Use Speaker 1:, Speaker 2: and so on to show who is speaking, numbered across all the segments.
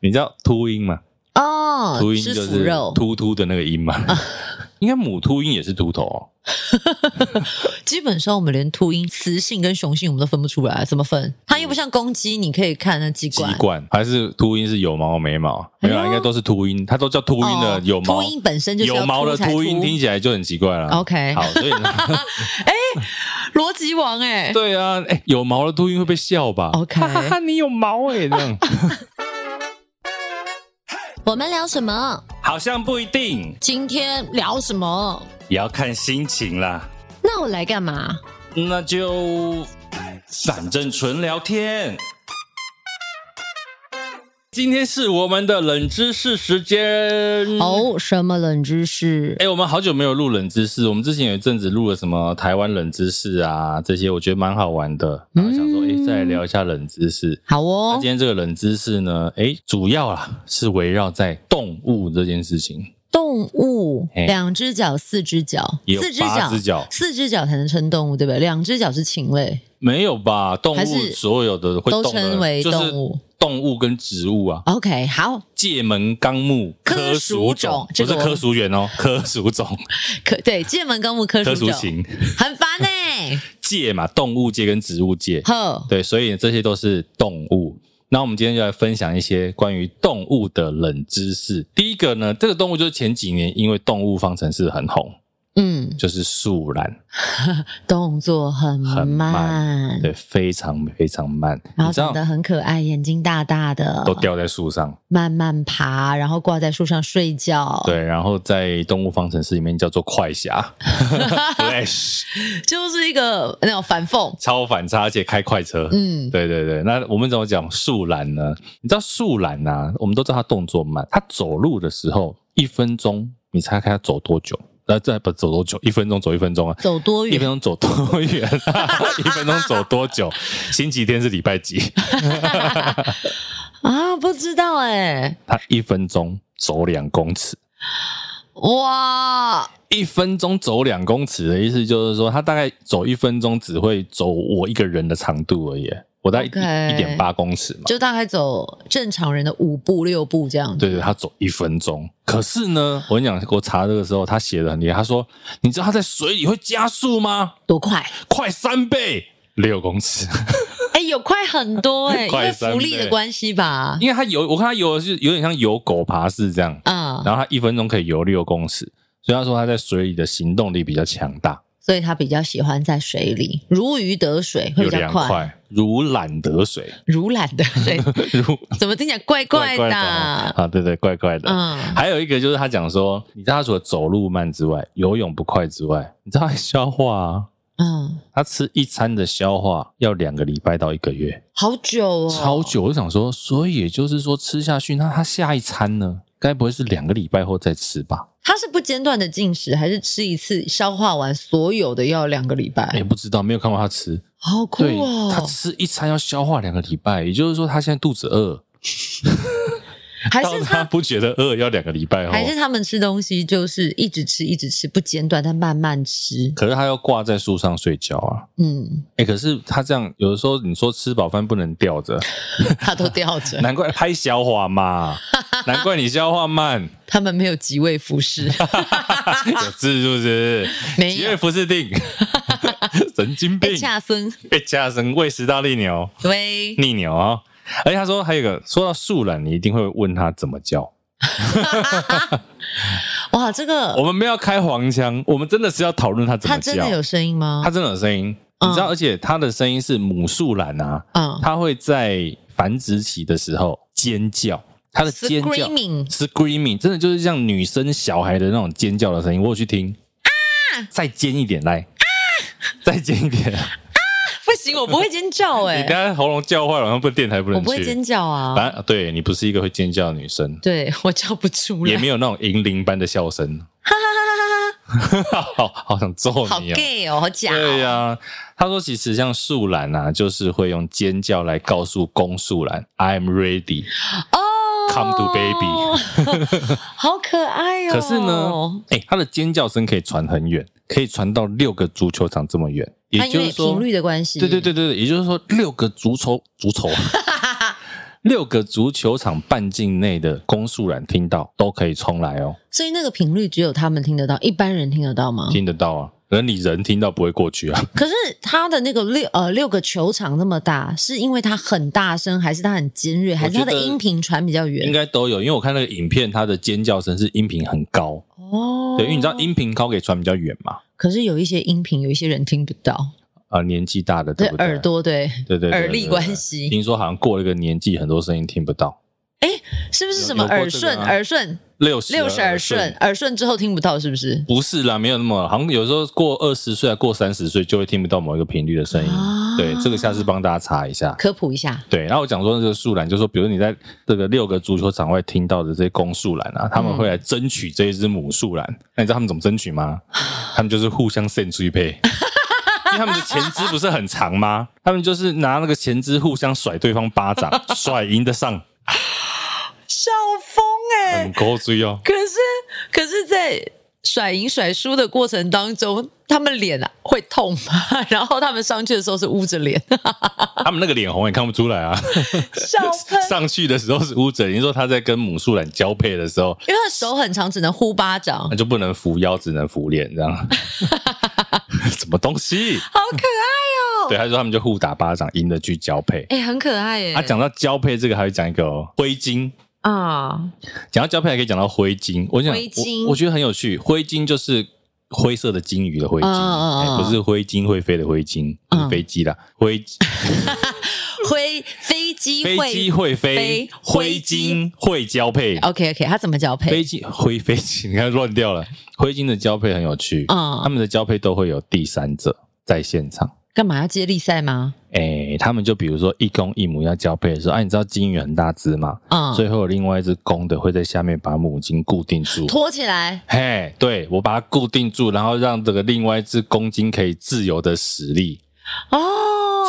Speaker 1: 你知道秃鹰吗？
Speaker 2: 哦，
Speaker 1: 秃鹰
Speaker 2: 吃
Speaker 1: 就
Speaker 2: 腐
Speaker 1: 是
Speaker 2: 肉，
Speaker 1: 秃秃的那个鹰 嘛。应该母秃鹰也是秃头哦。
Speaker 2: 基本上我们连秃鹰雌性跟雄性我们都分不出来，怎么分？它又不像公鸡，你可以看那鸡
Speaker 1: 鸡
Speaker 2: 冠。
Speaker 1: 冠还是秃鹰是有毛没毛？没有
Speaker 2: 哎
Speaker 1: 啊，
Speaker 2: 呦
Speaker 1: 应该都是秃鹰，它都叫秃鹰的
Speaker 2: 哦
Speaker 1: 有毛
Speaker 2: 秃。鹰本身就是要
Speaker 1: 有毛的
Speaker 2: 秃才
Speaker 1: 秃鹰
Speaker 2: 秃
Speaker 1: 听起来就很奇怪了。
Speaker 2: OK
Speaker 1: 好，所以呢
Speaker 2: 逻辑王哎、
Speaker 1: 对啊，哎，有毛的秃鹰会被笑吧
Speaker 2: OK
Speaker 1: 哈哈哈，你有毛哎，这样
Speaker 2: 我们聊什么？
Speaker 1: 好像不一定，
Speaker 2: 今天聊什么？
Speaker 1: 也要看心情啦。
Speaker 2: 那我来干嘛？
Speaker 1: 那就反正纯聊天。今天是我们的冷知识时间。
Speaker 2: 哦，什么冷知识？
Speaker 1: 哎、我们好久没有录冷知识，我们之前有一阵子录了什么台湾冷知识啊，这些我觉得蛮好玩的。然后想说，哎、
Speaker 2: 嗯
Speaker 1: 再来聊一下冷知识。
Speaker 2: 好
Speaker 1: 那
Speaker 2: 哦
Speaker 1: 今，天这个冷知识呢，哎、主要啦是围绕在动物这件事情，
Speaker 2: 动物
Speaker 1: 嘿
Speaker 2: 两只脚、四只脚、
Speaker 1: 哎也有
Speaker 2: 四只
Speaker 1: 八
Speaker 2: 脚
Speaker 1: 只、脚，
Speaker 2: 四只脚才能称动物，对不对？两只脚是禽类，
Speaker 1: 没有吧？动
Speaker 2: 还
Speaker 1: 物
Speaker 2: 是
Speaker 1: 所有的会
Speaker 2: 都
Speaker 1: 动的，
Speaker 2: 称为
Speaker 1: 就是
Speaker 2: 动物。
Speaker 1: 动物跟植物啊，
Speaker 2: OK，好，
Speaker 1: 界门纲目
Speaker 2: 科
Speaker 1: 属
Speaker 2: 属
Speaker 1: 种
Speaker 2: 种，
Speaker 1: 不
Speaker 2: 这
Speaker 1: 是
Speaker 2: 个我
Speaker 1: 科属员 哦，科属种、
Speaker 2: 可对，界门纲目科
Speaker 1: 科
Speaker 2: 属
Speaker 1: 属
Speaker 2: 种，
Speaker 1: 型
Speaker 2: 很烦呢、
Speaker 1: 界嘛，动物界跟植物界，
Speaker 2: 呵，
Speaker 1: 对，所以这些都是动物。那我们今天就来分享一些关于动物的冷知识。第一个呢，这个动物就是前几年因为动物方程式很红，
Speaker 2: 嗯，
Speaker 1: 就是树懒，
Speaker 2: 动作很慢，
Speaker 1: 很慢对，非常非常慢，
Speaker 2: 然
Speaker 1: 你
Speaker 2: 后
Speaker 1: 知道
Speaker 2: 长得很可爱，眼睛大大的，
Speaker 1: 都掉在树上，
Speaker 2: 慢慢爬，然后挂在树上睡觉，，
Speaker 1: 对，然后在动物方程式里面叫做快侠 ，Flash，
Speaker 2: 就是一个那种反讽，
Speaker 1: 超反差，而且开快车，
Speaker 2: 嗯，
Speaker 1: 对对对，那我们怎么讲树懒呢？你知道树懒啊，我们都知道它动作慢，它走路的时候一分钟，你猜猜它走多久？那这不走多久？一分钟走一分钟啊？
Speaker 2: 走多
Speaker 1: 一分
Speaker 2: 远？
Speaker 1: 钟走多远、 一分钟走多久？星期天是礼拜几？
Speaker 2: 啊，不知道哎、
Speaker 1: 它一分钟走两公尺。
Speaker 2: 哇，
Speaker 1: 一分钟走两公尺的意思就是说，它大概走一分钟只会走我一个人的长度而已。我大概
Speaker 2: OK
Speaker 1: 一点八公尺嘛，
Speaker 2: 就大概走正常人的五步六步这样子，
Speaker 1: 对对，他走一分钟。可是呢，我跟你讲，我查这个时候，他写的很厉害。他说：“你知道他在水里会加速吗？
Speaker 2: 多快？
Speaker 1: 快三倍，六公尺。
Speaker 2: 哎、有快很多哎、因
Speaker 1: 快
Speaker 2: 为
Speaker 1: 三
Speaker 2: 浮力的
Speaker 1: 倍
Speaker 2: 关系吧，
Speaker 1: 因为他游，我看他游的是有点像游狗爬式这样，
Speaker 2: 啊、
Speaker 1: 然后他一分钟可以游六公尺，所以他说他在水里的行动力比较强大，
Speaker 2: 所以他比较喜欢在水里，如鱼得水会
Speaker 1: 有
Speaker 2: 比较
Speaker 1: 凉快，如懒得水，
Speaker 2: 如懒得水，
Speaker 1: 如
Speaker 2: 怎么听起来怪
Speaker 1: 怪
Speaker 2: 的
Speaker 1: 怪的
Speaker 2: 啊？
Speaker 1: 啊，对对，怪怪的。
Speaker 2: 嗯，
Speaker 1: 还有一个就是他讲说，你知道他除了走路慢之外，游泳不快之外，你知道他还消化啊。
Speaker 2: 嗯，
Speaker 1: 他吃一餐的消化要两个礼拜到一个月，
Speaker 2: 好久哦，
Speaker 1: 超。久。我想说，所以也就是说，吃下去，那他下一餐呢？该不会是两个礼拜后再吃吧？
Speaker 2: 他是不间断的进食，还是吃一次消化完所有的要两个礼拜？
Speaker 1: 哎也、不知道，没有看过他吃。
Speaker 2: 好酷
Speaker 1: 对
Speaker 2: 哦！
Speaker 1: 他吃一餐要消化两个礼拜，也就是说，他现在肚子饿，
Speaker 2: 还
Speaker 1: 当
Speaker 2: 是
Speaker 1: 他
Speaker 2: 他
Speaker 1: 不觉得饿要两个礼拜后。
Speaker 2: 还是他们吃东西就是一直吃一直吃不间断，但慢慢吃。
Speaker 1: 可是他要挂在树上睡觉啊！
Speaker 2: 嗯，
Speaker 1: 哎、可是他这样，有的时候你说吃饱饭不能吊着，
Speaker 2: 他都 吊着，
Speaker 1: 难怪拍消化嘛，难怪你消化慢，
Speaker 2: 他们没有即位 服饰，
Speaker 1: 有字是不是？
Speaker 2: 没
Speaker 1: 吉
Speaker 2: 有
Speaker 1: 瑞福士定， 神经病
Speaker 2: 被，恰森
Speaker 1: 被加深喂食到利牛，
Speaker 2: 对，
Speaker 1: 逆牛啊、而且他说还有一个，说到树懒，你一定会问他怎么叫。
Speaker 2: 哇，这个
Speaker 1: 我们没有开黄腔，我们真的是要讨论它怎
Speaker 2: 他
Speaker 1: 么
Speaker 2: 真
Speaker 1: 叫
Speaker 2: 的。有声音吗
Speaker 1: 它？真的有声音，
Speaker 2: 嗯
Speaker 1: 你知道？而且它的声音是母树懒啊，
Speaker 2: 嗯
Speaker 1: 它会在繁殖期的时候尖叫，它的尖叫
Speaker 2: ，screaming，
Speaker 1: screaming，真的就是像女生小孩的那种尖叫的声音。我有去听啊，再尖一点来再尖一 点。
Speaker 2: 不行，我不会尖叫 哎、
Speaker 1: 你等下喉咙叫坏了，然后不电台不
Speaker 2: 我
Speaker 1: 能
Speaker 2: 不会尖
Speaker 1: 去。
Speaker 2: 叫啊，
Speaker 1: 反正对你不是一个会尖叫的女生，
Speaker 2: 对 我叫不出来，
Speaker 1: 也没有那种银铃般的笑声， 好好想揍
Speaker 2: 好
Speaker 1: 你哦。
Speaker 2: gay 哦，好假、哦，
Speaker 1: 对呀、他说其实像树懒啊，就是会用尖叫来告诉公树懒，I'm ready。
Speaker 2: 哦
Speaker 1: Come to
Speaker 2: baby，好可爱哦。
Speaker 1: 可是呢，哎、它的尖叫声可以传很远，可以传到六个足球场这么远，也
Speaker 2: 它因
Speaker 1: 就
Speaker 2: 为
Speaker 1: 是说
Speaker 2: 频，率的关系，
Speaker 1: 对对对对对，也就是说六个足球足球。六个足球场半径内的公诉栏听到都可以冲来哦，
Speaker 2: 所以那个频率只有他们听得到，一般人听得到吗？
Speaker 1: 听得到啊。人你人听到不会过去啊，
Speaker 2: 可是他的那个六呃六个球场那么大，是因为它很大声，还是它很尖锐，还是它的
Speaker 1: 我觉得
Speaker 2: 音频传比较
Speaker 1: 应
Speaker 2: 远？
Speaker 1: 该都有，因为我看那个影片，它的尖叫声是音频很高，
Speaker 2: 哦，
Speaker 1: 对，因为你知道音频高给传比较远嘛，
Speaker 2: 可是有一些音频，有一些人听不到，
Speaker 1: 啊，年纪大的
Speaker 2: 对
Speaker 1: 对不对？
Speaker 2: 耳，朵对
Speaker 1: 对对，对
Speaker 2: 耳力关。
Speaker 1: 对对
Speaker 2: 系，
Speaker 1: 听说好像过了一个年纪，很多声音听不到。
Speaker 2: 是不是
Speaker 1: 有
Speaker 2: 什么
Speaker 1: 有过这
Speaker 2: 耳
Speaker 1: 个
Speaker 2: 顺
Speaker 1: 啊
Speaker 2: 耳顺
Speaker 1: 六十
Speaker 2: 六十耳顺
Speaker 1: 顺，
Speaker 2: 耳顺之后听不到，是不是？
Speaker 1: 不是啦，没有那么，好像有时候过二十岁、啊过三十岁就会听不到某一个频率的声音。
Speaker 2: 啊
Speaker 1: 对，这个下次帮大家查一下。
Speaker 2: 科普一下，
Speaker 1: 对，然后我讲说这个树懒，就说比如你在这个六个足球场外听到的这些公树懒啊，他们会来争取这一只母树懒。那你知道他们怎么争取吗？他们就是互相献追配。 因为他们的前肢不是很长吗？他们就是拿那个前肢互相甩对方巴掌，甩赢得上，
Speaker 2: 笑疯哎
Speaker 1: 很高追哦。
Speaker 2: 可是，可是，在甩赢甩输的过程当中，他们脸啊会痛吗？ 然后他们上去的时候是捂着脸，
Speaker 1: 他们那个脸红也看不出来啊。
Speaker 2: 笑喷，
Speaker 1: 上去的时候是乌贼，你说他在跟母树懒交配的时候，
Speaker 2: 因为他手很长，只能呼巴掌，
Speaker 1: 那就不能扶腰，只能扶脸这样。什么东西？
Speaker 2: 好可爱哦！
Speaker 1: 对，他说他们就互打巴掌，赢了去交配。
Speaker 2: 哎、很可爱耶！
Speaker 1: 啊，讲到交配这个，还会讲一个哦灰鲸。
Speaker 2: 啊，
Speaker 1: 讲到交配，还可以讲到灰鲸。我想，
Speaker 2: 灰鲸
Speaker 1: 我我觉得很有趣。灰鲸就是灰色的鲸鱼的灰鲸，
Speaker 2: 嗯嗯嗯
Speaker 1: 哎不是灰鲸会飞的灰鲸，不是
Speaker 2: 嗯
Speaker 1: 飞机啦，灰
Speaker 2: 灰飞机
Speaker 1: 飞
Speaker 2: 会
Speaker 1: 机会飞
Speaker 2: 飞，
Speaker 1: 灰哦鲸会交配。
Speaker 2: OK OK，他怎么交
Speaker 1: 飞
Speaker 2: 配？
Speaker 1: 机灰飞机，你 看乱掉了。灰鲸的交配很有趣，
Speaker 2: 嗯
Speaker 1: 他们的交配都会有第三者在现场。
Speaker 2: 干嘛要接力赛吗？
Speaker 1: 诶、他们就比如说一公一母要交配的时候，啊，你知道鲸鱼很大只嘛，
Speaker 2: 嗯，
Speaker 1: 所以会有另外一只公的会在下面把母鲸固定住。
Speaker 2: 拖起来
Speaker 1: 嘿，对我把它固定住，然后让这个另外一只公鲸可以自由的使力。
Speaker 2: 哦，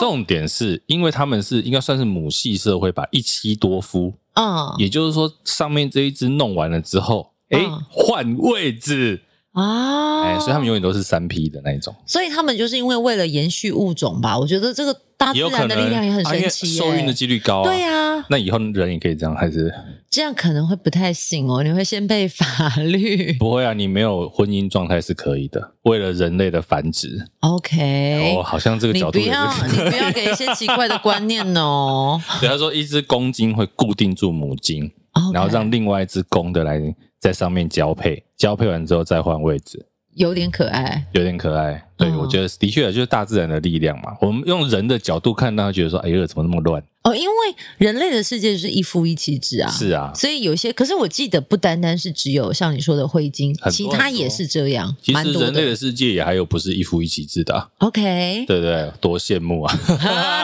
Speaker 1: 重点是因为他们是应该算是母系社会吧，一妻多夫，
Speaker 2: 嗯
Speaker 1: 也就是说上面这一只弄完了之后，诶、
Speaker 2: 嗯
Speaker 1: 换位置。
Speaker 2: 啊，
Speaker 1: 哎、所以他们永远都是三 P 的那一种，
Speaker 2: 所以他们就是因为为了延续物种吧，我觉得这个大自
Speaker 1: 也有可
Speaker 2: 然的
Speaker 1: 能
Speaker 2: 力量也很
Speaker 1: 啊因
Speaker 2: 神
Speaker 1: 为
Speaker 2: 奇耶、
Speaker 1: 受孕的几率高啊。
Speaker 2: 对呀、
Speaker 1: 那以后人也可以这样，还是
Speaker 2: 这样可能会不太行哦，你会先被法 律。
Speaker 1: 不会啊？你没有婚姻状态是可以的，为了人类的繁殖。
Speaker 2: OK，、
Speaker 1: 哦，好像这个
Speaker 2: 你
Speaker 1: 角
Speaker 2: 不
Speaker 1: 度也
Speaker 2: 要
Speaker 1: 是。
Speaker 2: 你不要给一些奇怪的观念 哦。
Speaker 1: 对，他说一只公鲸会固定住母鲸，
Speaker 2: OK，
Speaker 1: 然后让另外一只公的来在上面交配，交配完之后再换位置，
Speaker 2: 有点可爱，
Speaker 1: 有点可爱。对，
Speaker 2: 嗯
Speaker 1: 我觉得的确啊就是大自然的力量嘛。我们用人的角度看，他觉得说，哎呦，怎么那么乱？
Speaker 2: 哦，因为人类的世界就是一夫一妻制啊。
Speaker 1: 是啊，
Speaker 2: 所以有一些，可是我记得不单单是只有像你说的灰鲸，
Speaker 1: 很多
Speaker 2: 其他也是这样，
Speaker 1: 其
Speaker 2: 蛮
Speaker 1: 实
Speaker 2: 多
Speaker 1: 人类
Speaker 2: 的。
Speaker 1: 的世界也还有不是一夫一妻制的啊、
Speaker 2: OK，
Speaker 1: 对不对，多羡慕 啊！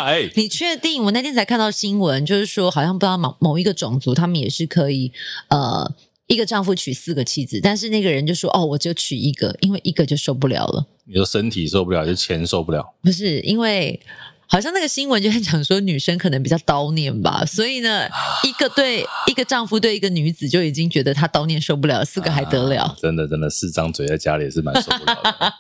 Speaker 1: 哎，
Speaker 2: 你确定？我那天才看到新闻，就是说好像不知道某某一个种族，他们也是可以呃。一个丈夫娶四个妻子，但是那个人就说：“哦，我就娶一个，因为一个就受不了了。
Speaker 1: 你说身体受不了，就钱受不了，
Speaker 2: 不是因为好像那个新闻就在讲说，女生可能比较叨念吧，所以呢，一个对一个丈夫对一个女子就已经觉得他叨念受不了，四个还得了？
Speaker 1: 啊真的真的，四张嘴在家里也是蛮受不了的。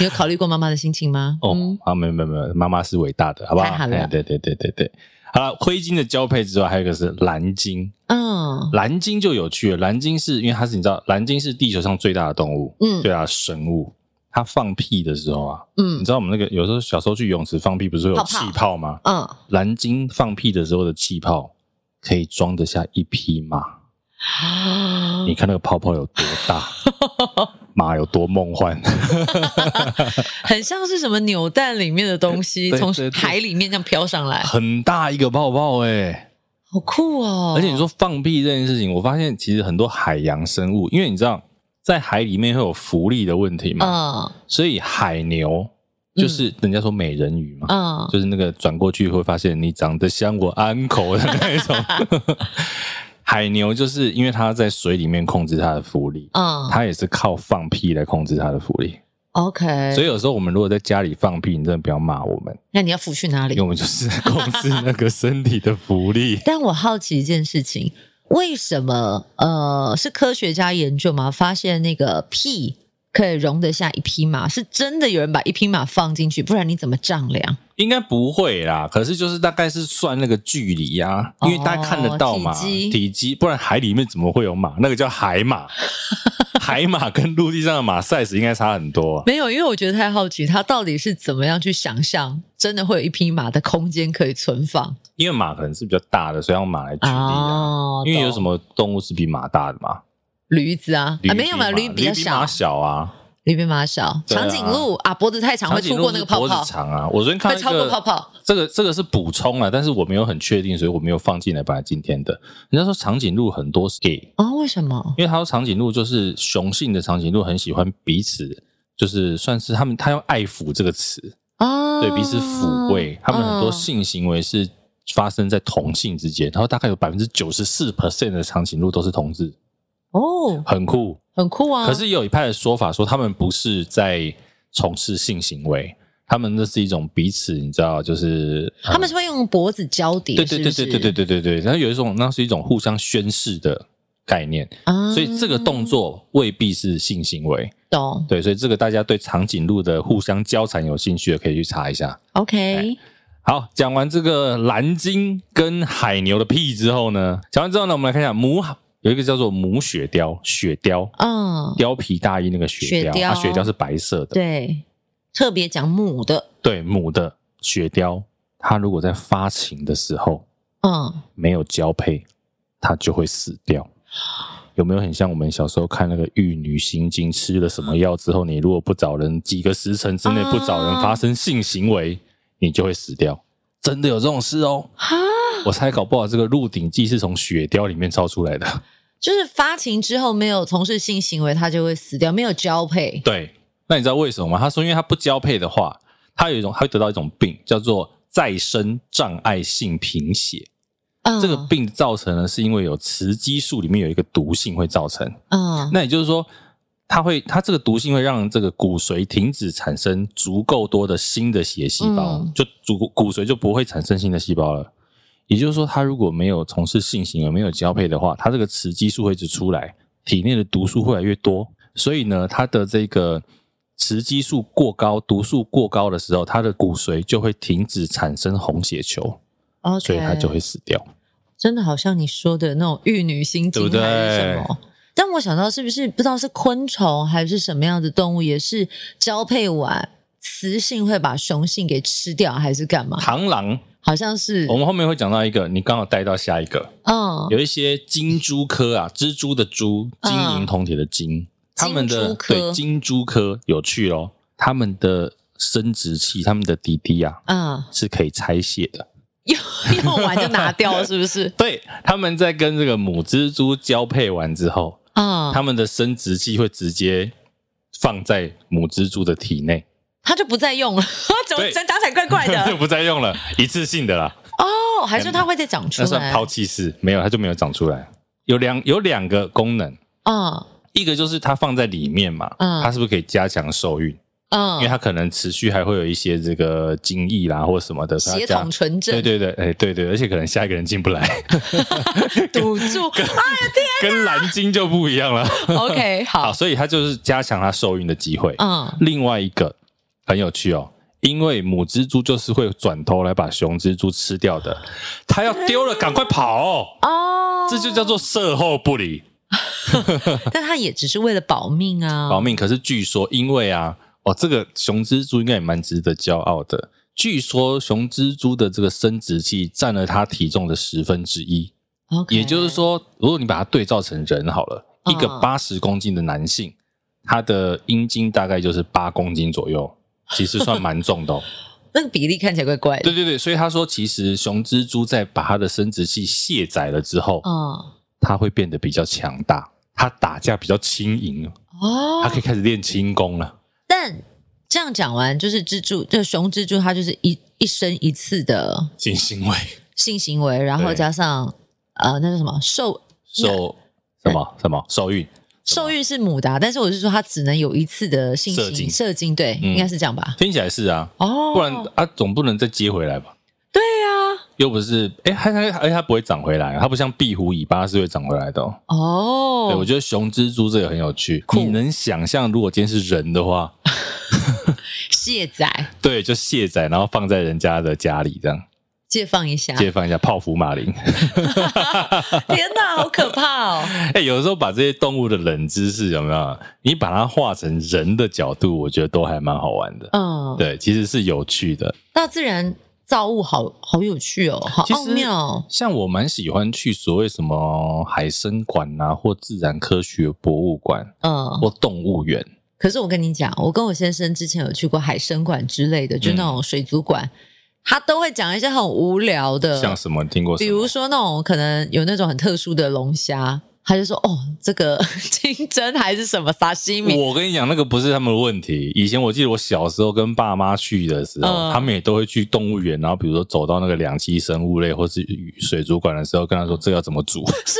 Speaker 2: 你有考虑过妈妈的心情吗？
Speaker 1: 哦，
Speaker 2: 嗯，
Speaker 1: 啊，没有没有没有，妈妈是伟大的，好不好？
Speaker 2: 太好了
Speaker 1: 哎对对对对对。好了，灰鲸的交配之外，还有一个是蓝鲸。
Speaker 2: 嗯
Speaker 1: 蓝鲸就有趣了，蓝鲸是因为它是你知道，蓝鲸是地球上最大的动物，
Speaker 2: 嗯
Speaker 1: 最大的生物。它放屁的时候啊，你
Speaker 2: 嗯
Speaker 1: 知道我们那个有时候小时候去泳池放屁，不是会有
Speaker 2: 泡
Speaker 1: 气
Speaker 2: 泡
Speaker 1: 泡吗？
Speaker 2: 嗯，
Speaker 1: 蓝鲸放屁的时候的气泡可以装得下一匹马。
Speaker 2: 嗯
Speaker 1: 你看那个泡泡有多 大，马有多梦幻。
Speaker 2: 很像是什么扭蛋里面的东西，
Speaker 1: 对
Speaker 2: 从
Speaker 1: 对对
Speaker 2: 海里面这样飘上来，
Speaker 1: 很大一个泡泡哎、
Speaker 2: 好酷哦！
Speaker 1: 而且你说放屁这件事情，我发现其实很多海洋生物，因为你知道在海里面会有浮力的问题嘛，
Speaker 2: 嗯
Speaker 1: 所以海牛就是人家说美人鱼嘛，
Speaker 2: 嗯，
Speaker 1: 就是那个转过去会发现你长得像我 uncle 的那一 种。海牛就是因为它在水里面控制它的浮力，
Speaker 2: 嗯
Speaker 1: 它也是靠放屁来控制它的浮力。
Speaker 2: ，OK，
Speaker 1: 所以有时候我们如果在家里放屁，你真的不要骂我们，
Speaker 2: 那你要扶去哪
Speaker 1: 因
Speaker 2: 里
Speaker 1: 为？我们就是在控制那个身体的浮力。
Speaker 2: 但我好奇一件事情，为什么呃是科学家研究吗？发现那个屁可以容得下一匹马，是真的有人把一匹马放进去，不然你怎么丈量？
Speaker 1: 应该不会啦，可是就是大概是算那个距离呀、
Speaker 2: 哦
Speaker 1: 因为大家看得到嘛，
Speaker 2: 体积
Speaker 1: 体积，不然海里面怎么会有马？那个叫海 马，海马跟陆地上的马 size 应该差很多、啊。
Speaker 2: 没有，因为我觉得太好奇，他到底是怎么样去想象，真的会有一匹马的空间可以存放
Speaker 1: 因为马可能是比较大的，所以用马来举例啊。
Speaker 2: 哦
Speaker 1: 因为有什
Speaker 2: 懂
Speaker 1: 么动物是比马大的嘛？
Speaker 2: 驴子啊？
Speaker 1: 驴
Speaker 2: 啊，
Speaker 1: 比
Speaker 2: 没有
Speaker 1: 马
Speaker 2: 嘛，驴比较
Speaker 1: 驴比马
Speaker 2: 小，
Speaker 1: 小啊。
Speaker 2: 驴比马小。
Speaker 1: 对啊
Speaker 2: 长颈鹿啊，脖子太长会
Speaker 1: 长
Speaker 2: 突
Speaker 1: 颈
Speaker 2: 过
Speaker 1: 鹿
Speaker 2: 那
Speaker 1: 是
Speaker 2: 个泡
Speaker 1: 脖子
Speaker 2: 泡，
Speaker 1: 长啊，我昨天看
Speaker 2: 会
Speaker 1: 到一
Speaker 2: 超过
Speaker 1: 个
Speaker 2: 泡泡。
Speaker 1: 这个这个是补充了，但是我没有很确定，所以我没有放进来。本来今天的人家说长颈鹿很多是 gay，
Speaker 2: 哦，为什么？
Speaker 1: 因为他说长颈鹿就是雄性的长颈鹿很喜欢彼此，就是算是他们他用爱抚这个词
Speaker 2: 哦，
Speaker 1: 对彼此抚慰，他们很多
Speaker 2: 哦
Speaker 1: 性行为是发生在同性之间，然后大概有百分之九十四 percent 的长颈鹿都是同志，
Speaker 2: 哦，
Speaker 1: 很酷。
Speaker 2: 很酷啊。
Speaker 1: 可是也有一派的说法说，他们不是在从事性行为，他们那是一种彼此，你知道，就是呃
Speaker 2: 他们是会用脖子交叠，
Speaker 1: 对对对对对对
Speaker 2: 对，
Speaker 1: 对对对，然后有一种那是一种互相宣示的概念，
Speaker 2: 啊
Speaker 1: 所以这个动作未必是性行为。
Speaker 2: 懂
Speaker 1: 对，所以这个大家对长颈鹿的互相交缠有兴趣的，可以去查一下。哎
Speaker 2: ？OK，
Speaker 1: 好，讲完这个蓝鲸跟海牛的屁之后呢，讲完之后呢，我们来看一下母有一个叫做母雪貂，雪貂，
Speaker 2: 嗯，
Speaker 1: 貂皮大衣那个
Speaker 2: 雪
Speaker 1: 雪貂，啊它
Speaker 2: 貂
Speaker 1: 雪貂是白色的，
Speaker 2: 对，特别讲母的，
Speaker 1: 对，母的雪貂，它如果在发情的时候
Speaker 2: 嗯，
Speaker 1: 没有交配，它就会死掉。有没有很像我们小时候看那个《玉女心经》，吃了什么药之后，你如果不找人几个时辰之内不找人
Speaker 2: 啊
Speaker 1: 发生性行为，你就会死掉？啊真的有这种事哦！
Speaker 2: 哈，
Speaker 1: 我猜搞不好这个《鹿鼎记》是从雪貂里面抄出来的。
Speaker 2: 就是发情之后没有从事性行为，它就会死掉，没有交配。
Speaker 1: 对，那你知道为什么吗？他说，因为他不交配的话，他有一种他会得到一种病，叫做再生障碍性贫血。
Speaker 2: 嗯，
Speaker 1: 这个病造成呢，是因为有雌激素里面有一个毒性会造成。
Speaker 2: 嗯，
Speaker 1: 那也就是说，它会它这个毒性会让这个骨髓停止产生足够多的新的血细胞，
Speaker 2: 嗯
Speaker 1: 就足骨髓就不会产生新的细胞了。也就是说，它如果没有从事性行为、没有交配的话，它这个雌激素会一直出来，体内的毒素会越来越多。所以呢，它的这个雌激素过高、毒素过高的时候，它的骨髓就会停止产生红血球，
Speaker 2: o k
Speaker 1: 所以它就会死掉。
Speaker 2: 真的好像你说的那种玉女心经
Speaker 1: 对不对
Speaker 2: 还是什么。但我想到是不是不知道是昆虫还是什么样的动物，也是交配完雌性会把雄性给吃掉，还是干嘛？
Speaker 1: 螳螂，
Speaker 2: 好像是
Speaker 1: 我，们后面会讲到一个，你刚好带到下一个。
Speaker 2: 嗯，
Speaker 1: 有一些金珠科啊，蜘蛛的蛛，金
Speaker 2: 嗯
Speaker 1: 银铜铁的金，它们的
Speaker 2: 金珠科
Speaker 1: 对金珠科有趣哦，它们的生殖器，它们的滴滴啊
Speaker 2: 嗯，
Speaker 1: 是可以拆卸的。
Speaker 2: 用用完就拿掉，是不是？
Speaker 1: 对，它们在跟这个母蜘蛛交配完之后，
Speaker 2: 嗯，
Speaker 1: 它们的生殖器会直接放在母蜘蛛的体内，
Speaker 2: 它就不再用了， 怎么
Speaker 1: 对
Speaker 2: 长起来怪怪的？
Speaker 1: 不再用了，一次性的啦。
Speaker 2: 哦，还是它会再长出
Speaker 1: 那算
Speaker 2: 来？
Speaker 1: 抛弃式，没有，它就没有长出来。有两有两个功能，
Speaker 2: 嗯
Speaker 1: 一个就是它放在里面嘛，
Speaker 2: 嗯
Speaker 1: 它是不是可以加强受孕？因为
Speaker 2: 嗯，
Speaker 1: 它可能持续还会有一些这个精液啦或什么的，所以
Speaker 2: 血
Speaker 1: 它加
Speaker 2: 统纯正，
Speaker 1: 对对对，哎、对对，而且可能下一个人进不来，
Speaker 2: 啊堵住。哎
Speaker 1: 跟蓝鲸就不一样了。
Speaker 2: ，OK，
Speaker 1: 好，
Speaker 2: 好，
Speaker 1: 所以它就是加强它受孕的机会。
Speaker 2: 嗯
Speaker 1: 另外一个很有趣哦，因为母蜘蛛就是会转头来把雄蜘蛛吃掉的，它要丢了赶快跑、哦，
Speaker 2: 哦，
Speaker 1: 这就叫做售后不理
Speaker 2: 但他也只是为了保命啊，
Speaker 1: 保命。可是据说因为啊，哦，这个雄蜘蛛应该也蛮值得骄傲的。据说雄蜘蛛的这个生殖器占了它体重的十分之一。
Speaker 2: OK
Speaker 1: 也就是，说，如果你把它对照成人好了，
Speaker 2: 嗯
Speaker 1: 一个八十公斤的男性，他的阴茎大概就是八公斤左右，其实算蛮重 的、哦。
Speaker 2: 那个比例看起来怪怪的。
Speaker 1: 对对对，所以他说，其实雄蜘蛛在把它的生殖器卸载了之后，
Speaker 2: 嗯，
Speaker 1: 它会变得比较强大，它打架比较轻盈，它
Speaker 2: 哦
Speaker 1: 可，以开始练轻功了。
Speaker 2: 但这样讲完，就是蜘蛛，就雄蜘蛛，它就是一一生一次的
Speaker 1: 性行为
Speaker 2: 性行为，然后
Speaker 1: 对
Speaker 2: 加上呃，那叫什么受
Speaker 1: 受什
Speaker 2: 哎
Speaker 1: 么什么受孕？
Speaker 2: 受孕是母的啊、但是我是说它只能有一次的性
Speaker 1: 射
Speaker 2: 行
Speaker 1: 精
Speaker 2: 射精，对，
Speaker 1: 嗯
Speaker 2: 应该是这样吧？
Speaker 1: 听起来是啊，
Speaker 2: 哦，
Speaker 1: 不然啊总不能再接回来吧？
Speaker 2: 对啊，
Speaker 1: 又不是，哎、它它而且它不会长回来，啊它不像壁虎尾巴是会长回来的、哦。
Speaker 2: 哦，
Speaker 1: 对，我觉得雄蜘蛛这个很有趣。
Speaker 2: 酷
Speaker 1: 你能想象，如果今天是人的话，
Speaker 2: 卸载
Speaker 1: 对，就卸载，然后放在人家的家里这样，
Speaker 2: 借放一下，
Speaker 1: 借放一下泡芙马林。
Speaker 2: 天哪，好可怕哦！
Speaker 1: 哎、有的时候把这些动物的冷知识有没有？你把它画成人的角度，我觉得都还蛮好玩的。
Speaker 2: 嗯，
Speaker 1: 对，其实是有趣的。
Speaker 2: 大自然造物好好有趣哦，好
Speaker 1: 其
Speaker 2: 奥
Speaker 1: 实
Speaker 2: 妙哦。
Speaker 1: 像我蛮喜欢去所谓什么海参馆啊，或自然科学博物馆
Speaker 2: 嗯，
Speaker 1: 或动物园。
Speaker 2: 可是我跟你讲，我跟我先生之前有去过海参馆之类的，就那
Speaker 1: 嗯
Speaker 2: 种水族馆，他都会讲一些很无聊的，
Speaker 1: 像什么？你听过什
Speaker 2: 呃比
Speaker 1: 么？
Speaker 2: 如说那种可能有那种很特殊的龙虾，他就说哦，这个 清蒸还是什么沙西米，
Speaker 1: 我跟你讲，那个不是他们的问题。以前我记得我小时候跟爸妈去的时候，
Speaker 2: 嗯
Speaker 1: 他们也都会去动物园，然后比如说走到那个两栖生物类或是水族馆的时候，跟他说这个要怎么煮。
Speaker 2: 是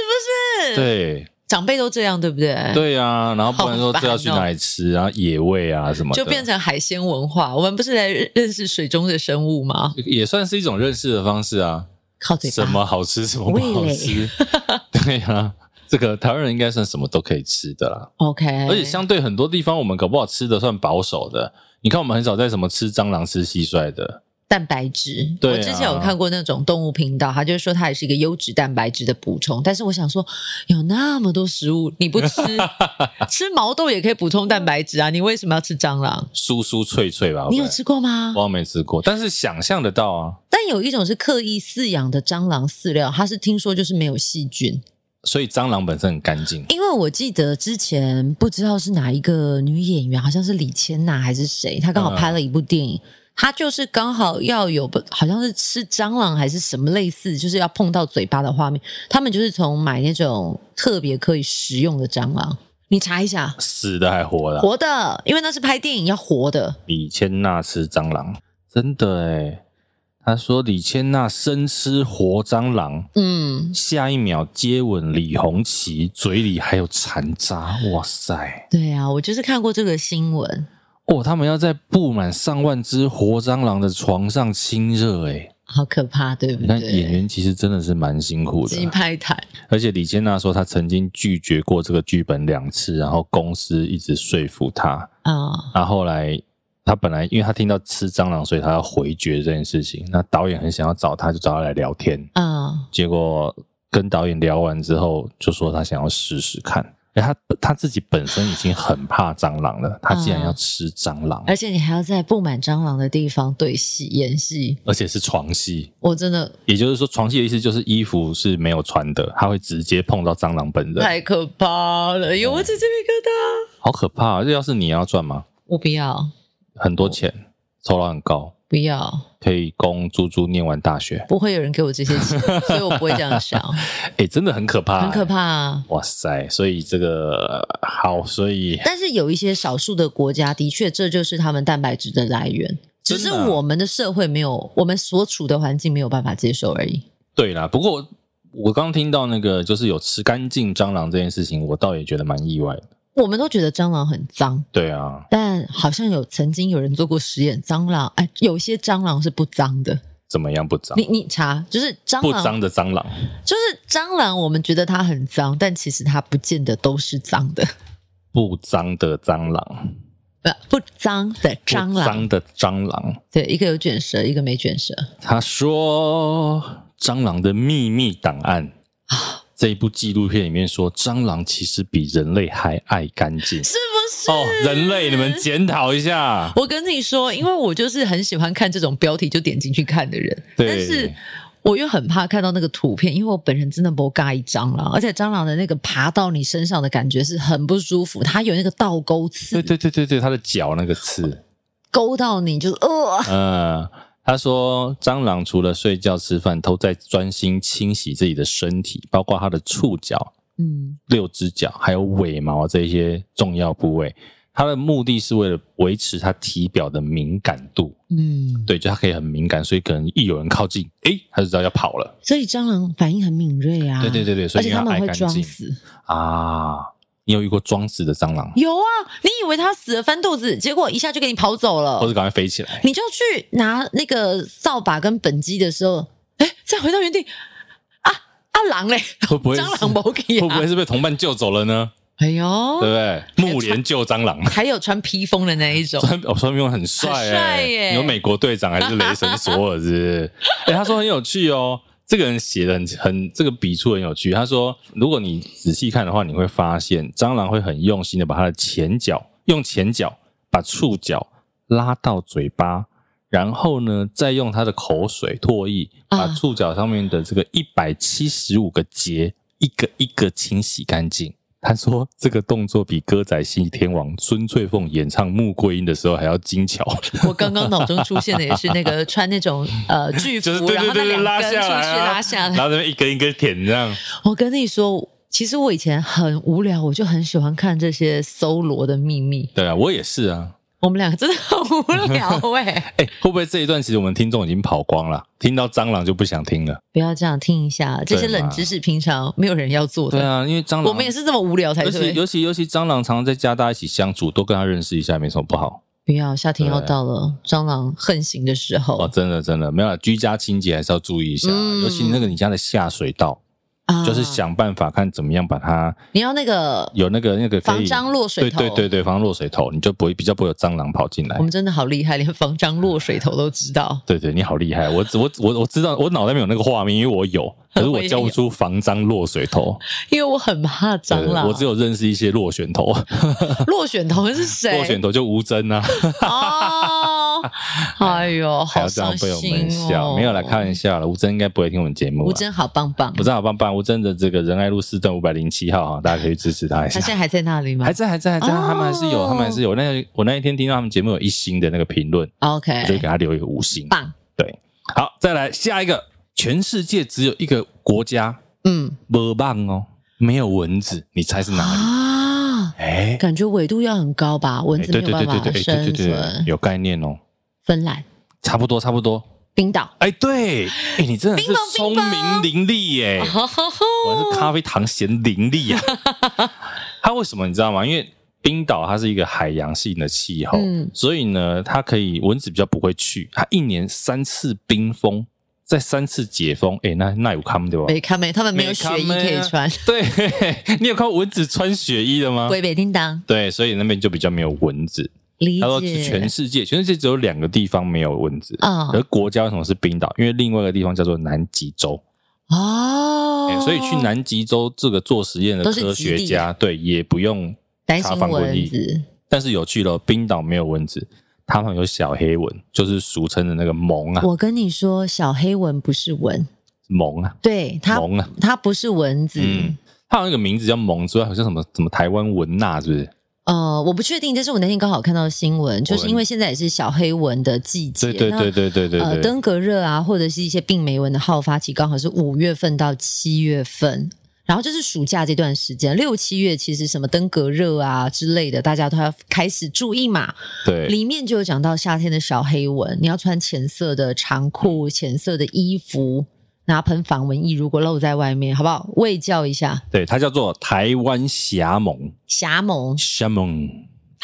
Speaker 2: 不是？，
Speaker 1: 对
Speaker 2: 长辈都这样，对不对？，
Speaker 1: 对啊，然后不然说
Speaker 2: 好烦哦
Speaker 1: 这要去哪里吃啊，野味啊什么的，
Speaker 2: 就变成海鲜文化。我们不是来认认识水中的生物吗？
Speaker 1: 也算是一种认识的方式啊。
Speaker 2: 靠嘴巴。
Speaker 1: 什么好吃，什么不好吃， 对啊。这个台湾人应该算什么都可以吃的啦，
Speaker 2: OK，
Speaker 1: 而且相对很多地方，我们搞不好吃的算保守的。你看，我们很少在什么吃蟑螂、吃蟋蟀的，
Speaker 2: 蛋白质，
Speaker 1: 对啊
Speaker 2: 我之前有看过那种动物频道，他就是说它也是一个优质蛋白质的补充。但是我想说，有那么多食物你不 吃，吃毛豆也可以补充蛋白质啊，你为什么要吃蟑螂？
Speaker 1: 酥酥脆脆吧？
Speaker 2: 你有
Speaker 1: 会不会？
Speaker 2: 吃过吗？
Speaker 1: 我没吃过，但是想象得到啊。
Speaker 2: 但有一种是刻意饲养的蟑螂饲料，它是听说就是没有细菌。
Speaker 1: 所以蟑螂本身很干净，
Speaker 2: 因为我记得之前不知道是哪一个女演员，好像是李千娜还是谁，她刚好
Speaker 1: 嗯
Speaker 2: 拍了一部电影，她就是刚好要有好像是吃蟑螂还是什么类似，就是要碰到嘴巴的画面。他们就是从买那种特别可以食用的蟑螂，你查一下，
Speaker 1: 死的还活的啊。
Speaker 2: 活的，因为那是拍电影要活的。
Speaker 1: 李千娜吃蟑螂，真的诶他说李千娜生吃活蟑螂，
Speaker 2: 嗯，
Speaker 1: 下一秒接吻李红旗，嘴里还有残渣。哇塞！
Speaker 2: 对啊，我就是看过这个新闻。
Speaker 1: 哦，他们要在布满上万只活蟑螂的床上亲热，诶
Speaker 2: 好可怕，对不
Speaker 1: 你看演
Speaker 2: 对？
Speaker 1: 员其实真的是蛮辛苦的
Speaker 2: 鸡
Speaker 1: 啊。
Speaker 2: 拍台，
Speaker 1: 而且李千娜说，她曾经拒绝过这个剧本两次，然后公司一直说服她。
Speaker 2: 啊、
Speaker 1: 那后来他本来因为他听到吃蟑螂，所以他要回绝这件事情。那导演很想要找他，就找他来聊天。
Speaker 2: 啊、
Speaker 1: 结果跟导演聊完之后，就说他想要试试看。哎，他他自己本身已经很怕蟑螂了，他竟然要吃蟑螂，
Speaker 2: 而且你还要在布满蟑螂的地方对戏演戏，
Speaker 1: 而且是床戏。
Speaker 2: 我真的
Speaker 1: 也就是说，床戏的意思就是衣服是没有穿的，他会直接碰到蟑螂本人，
Speaker 2: 太可怕了，有我起鸡皮疙瘩。
Speaker 1: 好可怕、啊！这要是你要赚吗？
Speaker 2: 我不要，
Speaker 1: 很多钱，酬劳很高，
Speaker 2: 不要，
Speaker 1: 可以供猪猪念完大学。
Speaker 2: 不会有人给我这些 钱，所以我不会这样想，
Speaker 1: 哎，真的很可怕、
Speaker 2: 很可怕、啊。
Speaker 1: 哇塞！所以这个呃好，所以
Speaker 2: 哎但是有一些少数的国家，的确这就是他们蛋白质的来源，只是
Speaker 1: 真的啊
Speaker 2: 我们的社会没有，我们所处的环境没有办法接受而已。
Speaker 1: 对啦。不过我刚听到那个就是有吃干净蟑螂这件事情，我倒也觉得蛮意外的。
Speaker 2: 我们都觉得蟑螂很脏，
Speaker 1: 对啊，
Speaker 2: 但好像有曾经有人做过实验，蟑螂哎，有些蟑螂是不脏的。
Speaker 1: 怎么样不脏？
Speaker 2: 你你查，就是蟑
Speaker 1: 不
Speaker 2: 螂
Speaker 1: 脏的蟑螂，
Speaker 2: 就是蟑螂，我们觉得它很脏，但其实它不见得都是脏的，
Speaker 1: 不脏的蟑螂，
Speaker 2: 不不脏的蟑
Speaker 1: 不
Speaker 2: 螂。
Speaker 1: 脏的蟑螂。
Speaker 2: 对，一个有卷舌，一个没卷舌。
Speaker 1: 他说，《蟑螂的秘密档案》这一部纪录片里面说，蟑螂其实比人类还爱干净。
Speaker 2: 是不是？
Speaker 1: 哦，人类，你们检讨一下。
Speaker 2: 我跟你说，因为我就是很喜欢看这种标题就点进去看的人，
Speaker 1: 对
Speaker 2: 但是我又很怕看到那个图片，因为我本人真的不尬一蟑螂，而且蟑螂的那个爬到你身上的感觉是很不舒服，它有那个倒钩
Speaker 1: 对
Speaker 2: 刺，
Speaker 1: 对对对对，它的脚那个刺。
Speaker 2: 勾到你就是呃，
Speaker 1: 呃，他说，蟑螂除了睡觉、吃饭，都在专心清洗自己的身体，包括它的触角、
Speaker 2: 嗯，
Speaker 1: 六只脚，还有尾毛这些重要部位。它的目的是为了维持它体表的敏感度，
Speaker 2: 嗯，
Speaker 1: 对，就它可以很敏感，所以可能一有人靠近，诶，它就知道要跑了。
Speaker 2: 所以蟑螂反应很敏锐啊，
Speaker 1: 对对对对，所
Speaker 2: 而
Speaker 1: 以
Speaker 2: 且
Speaker 1: 要
Speaker 2: 他们
Speaker 1: 爱
Speaker 2: 会
Speaker 1: 干
Speaker 2: 装
Speaker 1: 净
Speaker 2: 死，
Speaker 1: 啊。你有遇过装死的蟑螂吗，
Speaker 2: 有啊，你以为它死了翻肚子，结果一下就给你跑走
Speaker 1: 或
Speaker 2: 了
Speaker 1: 者。赶快飞起来？
Speaker 2: 你就去拿那个扫把跟本机的时候，哎，再回到原地，啊啊狼嘞，
Speaker 1: 会不会是
Speaker 2: 蟑螂不给、啊，
Speaker 1: 会不会是被同伴救走了呢？
Speaker 2: 哎
Speaker 1: 对
Speaker 2: 呦，
Speaker 1: 不对？木莲救蟑螂，
Speaker 2: 还有穿披风的那一 种，
Speaker 1: 穿哦穿披风很帅
Speaker 2: 很
Speaker 1: 哎、
Speaker 2: 帅耶
Speaker 1: 你有美国队长还是雷神索尔是不是？哎、他说很有趣哦。这个人写的很很，这个笔触很有趣。他说，如果你仔细看的话，你会发现蟑螂会很用心的把它的前脚用前脚把触角拉到嘴巴，然后呢，再用它的口水唾液把
Speaker 2: 啊
Speaker 1: 触角上面的这个一百七十五个结一个一个清洗干净。他说这个动作比歌仔戏天王孙翠凤演唱《穆桂英》的时候还要精 巧，
Speaker 2: 我刚刚脑中出现的也是那个穿那种呃巨幅，
Speaker 1: 就是对
Speaker 2: 然后
Speaker 1: 对对，
Speaker 2: 那两
Speaker 1: 拉
Speaker 2: 根
Speaker 1: 下
Speaker 2: 出去
Speaker 1: 来、啊，
Speaker 2: 拉下
Speaker 1: 然
Speaker 2: 来。
Speaker 1: 后这边一根一根舔这样。
Speaker 2: 我跟你说，其实我以前很无聊，我就很喜欢看这些搜罗的秘密。
Speaker 1: 对啊，我也是啊。
Speaker 2: 我们两个真的很 无聊哎、
Speaker 1: 哎，会不会这一段其实我们听众已经跑光了，听到蟑螂就不想听了？
Speaker 2: 不要这样，听一下这些冷知识，平常没有人要做的。
Speaker 1: 对啊，因为蟑螂
Speaker 2: 我们也是这么无聊才
Speaker 1: 尤其
Speaker 2: 对。
Speaker 1: 尤其尤其蟑螂常常在家大家一起相处，多跟它认识一下没什么不好
Speaker 2: 不要，夏天要到了，蟑螂横行的时候
Speaker 1: 哦。真的真的没有啦，居家清洁还是要注意一下，
Speaker 2: 嗯
Speaker 1: 尤其那个你家的下水道，
Speaker 2: 啊
Speaker 1: 就是想办法看怎么样把它
Speaker 2: 你要那个
Speaker 1: 有那个那个可
Speaker 2: 防
Speaker 1: 以
Speaker 2: 蟑落水
Speaker 1: 对
Speaker 2: 头。
Speaker 1: 对对对，防落水头，你就不会比较不会有蟑螂跑进来
Speaker 2: 我。们真的好厉害，连防蟑落水头都知道。
Speaker 1: 对对，你好厉害！我我我我知道，我脑袋没有那个画面，因为我 有，可是
Speaker 2: 我
Speaker 1: 我
Speaker 2: 也
Speaker 1: 叫不
Speaker 2: 有
Speaker 1: 出防蟑落水头。
Speaker 2: 因为我很怕蟑
Speaker 1: 对
Speaker 2: 螂，
Speaker 1: 我只有认识一些落选头，
Speaker 2: 落选头是谁？
Speaker 1: 落选头就吴征啊，
Speaker 2: 哦，哎呦，
Speaker 1: 还要
Speaker 2: 好
Speaker 1: 这样
Speaker 2: 伤
Speaker 1: 被我们
Speaker 2: 心
Speaker 1: 笑，
Speaker 2: 哦！
Speaker 1: 没有来开玩笑了。吴征应该不会听我们节目啦，
Speaker 2: 吴真好棒棒
Speaker 1: 吴，征好棒棒，吴征的这个仁爱路四段五百零七号哈，大家可以支持他一下
Speaker 2: 他现。在还在那里吗
Speaker 1: 还在还在还在，他们还是有，
Speaker 2: 哦
Speaker 1: 他们还是有。那我那一天听到他们节目有一星的那个评论，我就
Speaker 2: ？OK，
Speaker 1: 给他留一个五星。
Speaker 2: 哎棒，
Speaker 1: 对，好，再来下一个，全世界只有一个国家
Speaker 2: 嗯
Speaker 1: 没棒哦，没有蚊子，你猜是哪里？
Speaker 2: 啊，
Speaker 1: 哎、
Speaker 2: 感觉纬度要很高吧，蚊
Speaker 1: 哎
Speaker 2: 子没
Speaker 1: 对
Speaker 2: 有
Speaker 1: 对
Speaker 2: 办
Speaker 1: 对对对，哎
Speaker 2: 法
Speaker 1: 对
Speaker 2: 生
Speaker 1: 对对
Speaker 2: 存，。
Speaker 1: 有概念哦，
Speaker 2: 芬兰、
Speaker 1: 差不多差不多。
Speaker 2: 冰岛，
Speaker 1: 哎，对，哎，你真的是
Speaker 2: 冰雹
Speaker 1: 聪
Speaker 2: 冰雹
Speaker 1: 明伶俐耶，我还是咖啡糖嫌伶 俐啊。它为什么你知道吗？因为冰岛它是一个海洋性的气候，
Speaker 2: 嗯
Speaker 1: 所以呢，它可以蚊子比较不会去。它一年三次冰封，再三次解封，哎，那那有看对吧？
Speaker 2: 北卡美，他们没有雪衣可以穿。
Speaker 1: 对， 你有看过蚊子穿雪衣的吗？
Speaker 2: 鬼北叮当，
Speaker 1: 对，所以那边就比较没有蚊子。
Speaker 2: 理
Speaker 1: 他说
Speaker 2: 解。
Speaker 1: 全世界，全世界只有两个地方没有蚊子，
Speaker 2: 嗯
Speaker 1: 而国家为什么是冰岛？因为另外一个地方叫做南极洲，哎
Speaker 2: 哦，
Speaker 1: 所以去南极洲这个做实验的
Speaker 2: 都是
Speaker 1: 科
Speaker 2: 极
Speaker 1: 学
Speaker 2: 地
Speaker 1: 家，对，也不用
Speaker 2: 担
Speaker 1: 查
Speaker 2: 心
Speaker 1: 防蚊
Speaker 2: 蚊
Speaker 1: 液。
Speaker 2: 子
Speaker 1: 但是有趣了，冰岛没有蚊子，他们有小黑蚊，就是俗称的那个虻啊，
Speaker 2: 我跟你说，小黑蚊不是蚊，
Speaker 1: 虻啊，
Speaker 2: 对它，
Speaker 1: 虻啊，
Speaker 2: 它不是蚊子。
Speaker 1: 嗯，它好像有一个名字叫虻之外，好像什么什么台湾蚊娜是不是？
Speaker 2: 呃，我不确定，但是我那天刚好看到新闻，就是因为现在也是小黑蚊的季节，
Speaker 1: 对对
Speaker 2: 那
Speaker 1: 对对对对
Speaker 2: 呃，
Speaker 1: 对。
Speaker 2: 登革热啊，或者是一些病媒蚊的好发期，刚好是五月份到七月份，然后就是暑假这段时间，六七月其实什么登革热啊之类的，大家都要开始注意嘛。
Speaker 1: 对
Speaker 2: 里面就有讲到夏天的小黑蚊，你要穿浅色的长
Speaker 1: 嗯
Speaker 2: 裤、浅色的衣服，拿喷防蚊液，如果露在外面，好不好？喂教一下
Speaker 1: 对，它叫做台湾狭虻，
Speaker 2: 狭萌，
Speaker 1: 狭虻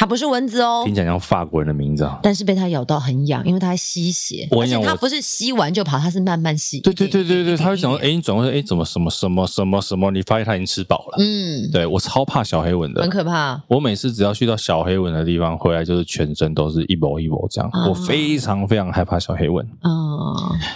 Speaker 2: 它不是蚊子哦
Speaker 1: 听。起来像法国人的名字啊。
Speaker 2: 但是被它咬到很痒，因为它吸血，
Speaker 1: 我
Speaker 2: 而
Speaker 1: 跟你
Speaker 2: 且
Speaker 1: 讲
Speaker 2: 它
Speaker 1: 我
Speaker 2: 不是吸完就跑，它是慢慢吸。
Speaker 1: 对对对对对，他会想
Speaker 2: 讲
Speaker 1: 说，哎，你转过来，哎，怎么什么什么什么什么？你发现他已经吃饱了。
Speaker 2: 嗯，
Speaker 1: 对我超怕小黑蚊的
Speaker 2: 很，可怕。
Speaker 1: 我每次只要去到小黑蚊的地方，回来就是全身都是一绺一绺这样，
Speaker 2: 啊
Speaker 1: 我非常非常害怕小黑蚊。哦
Speaker 2: 啊、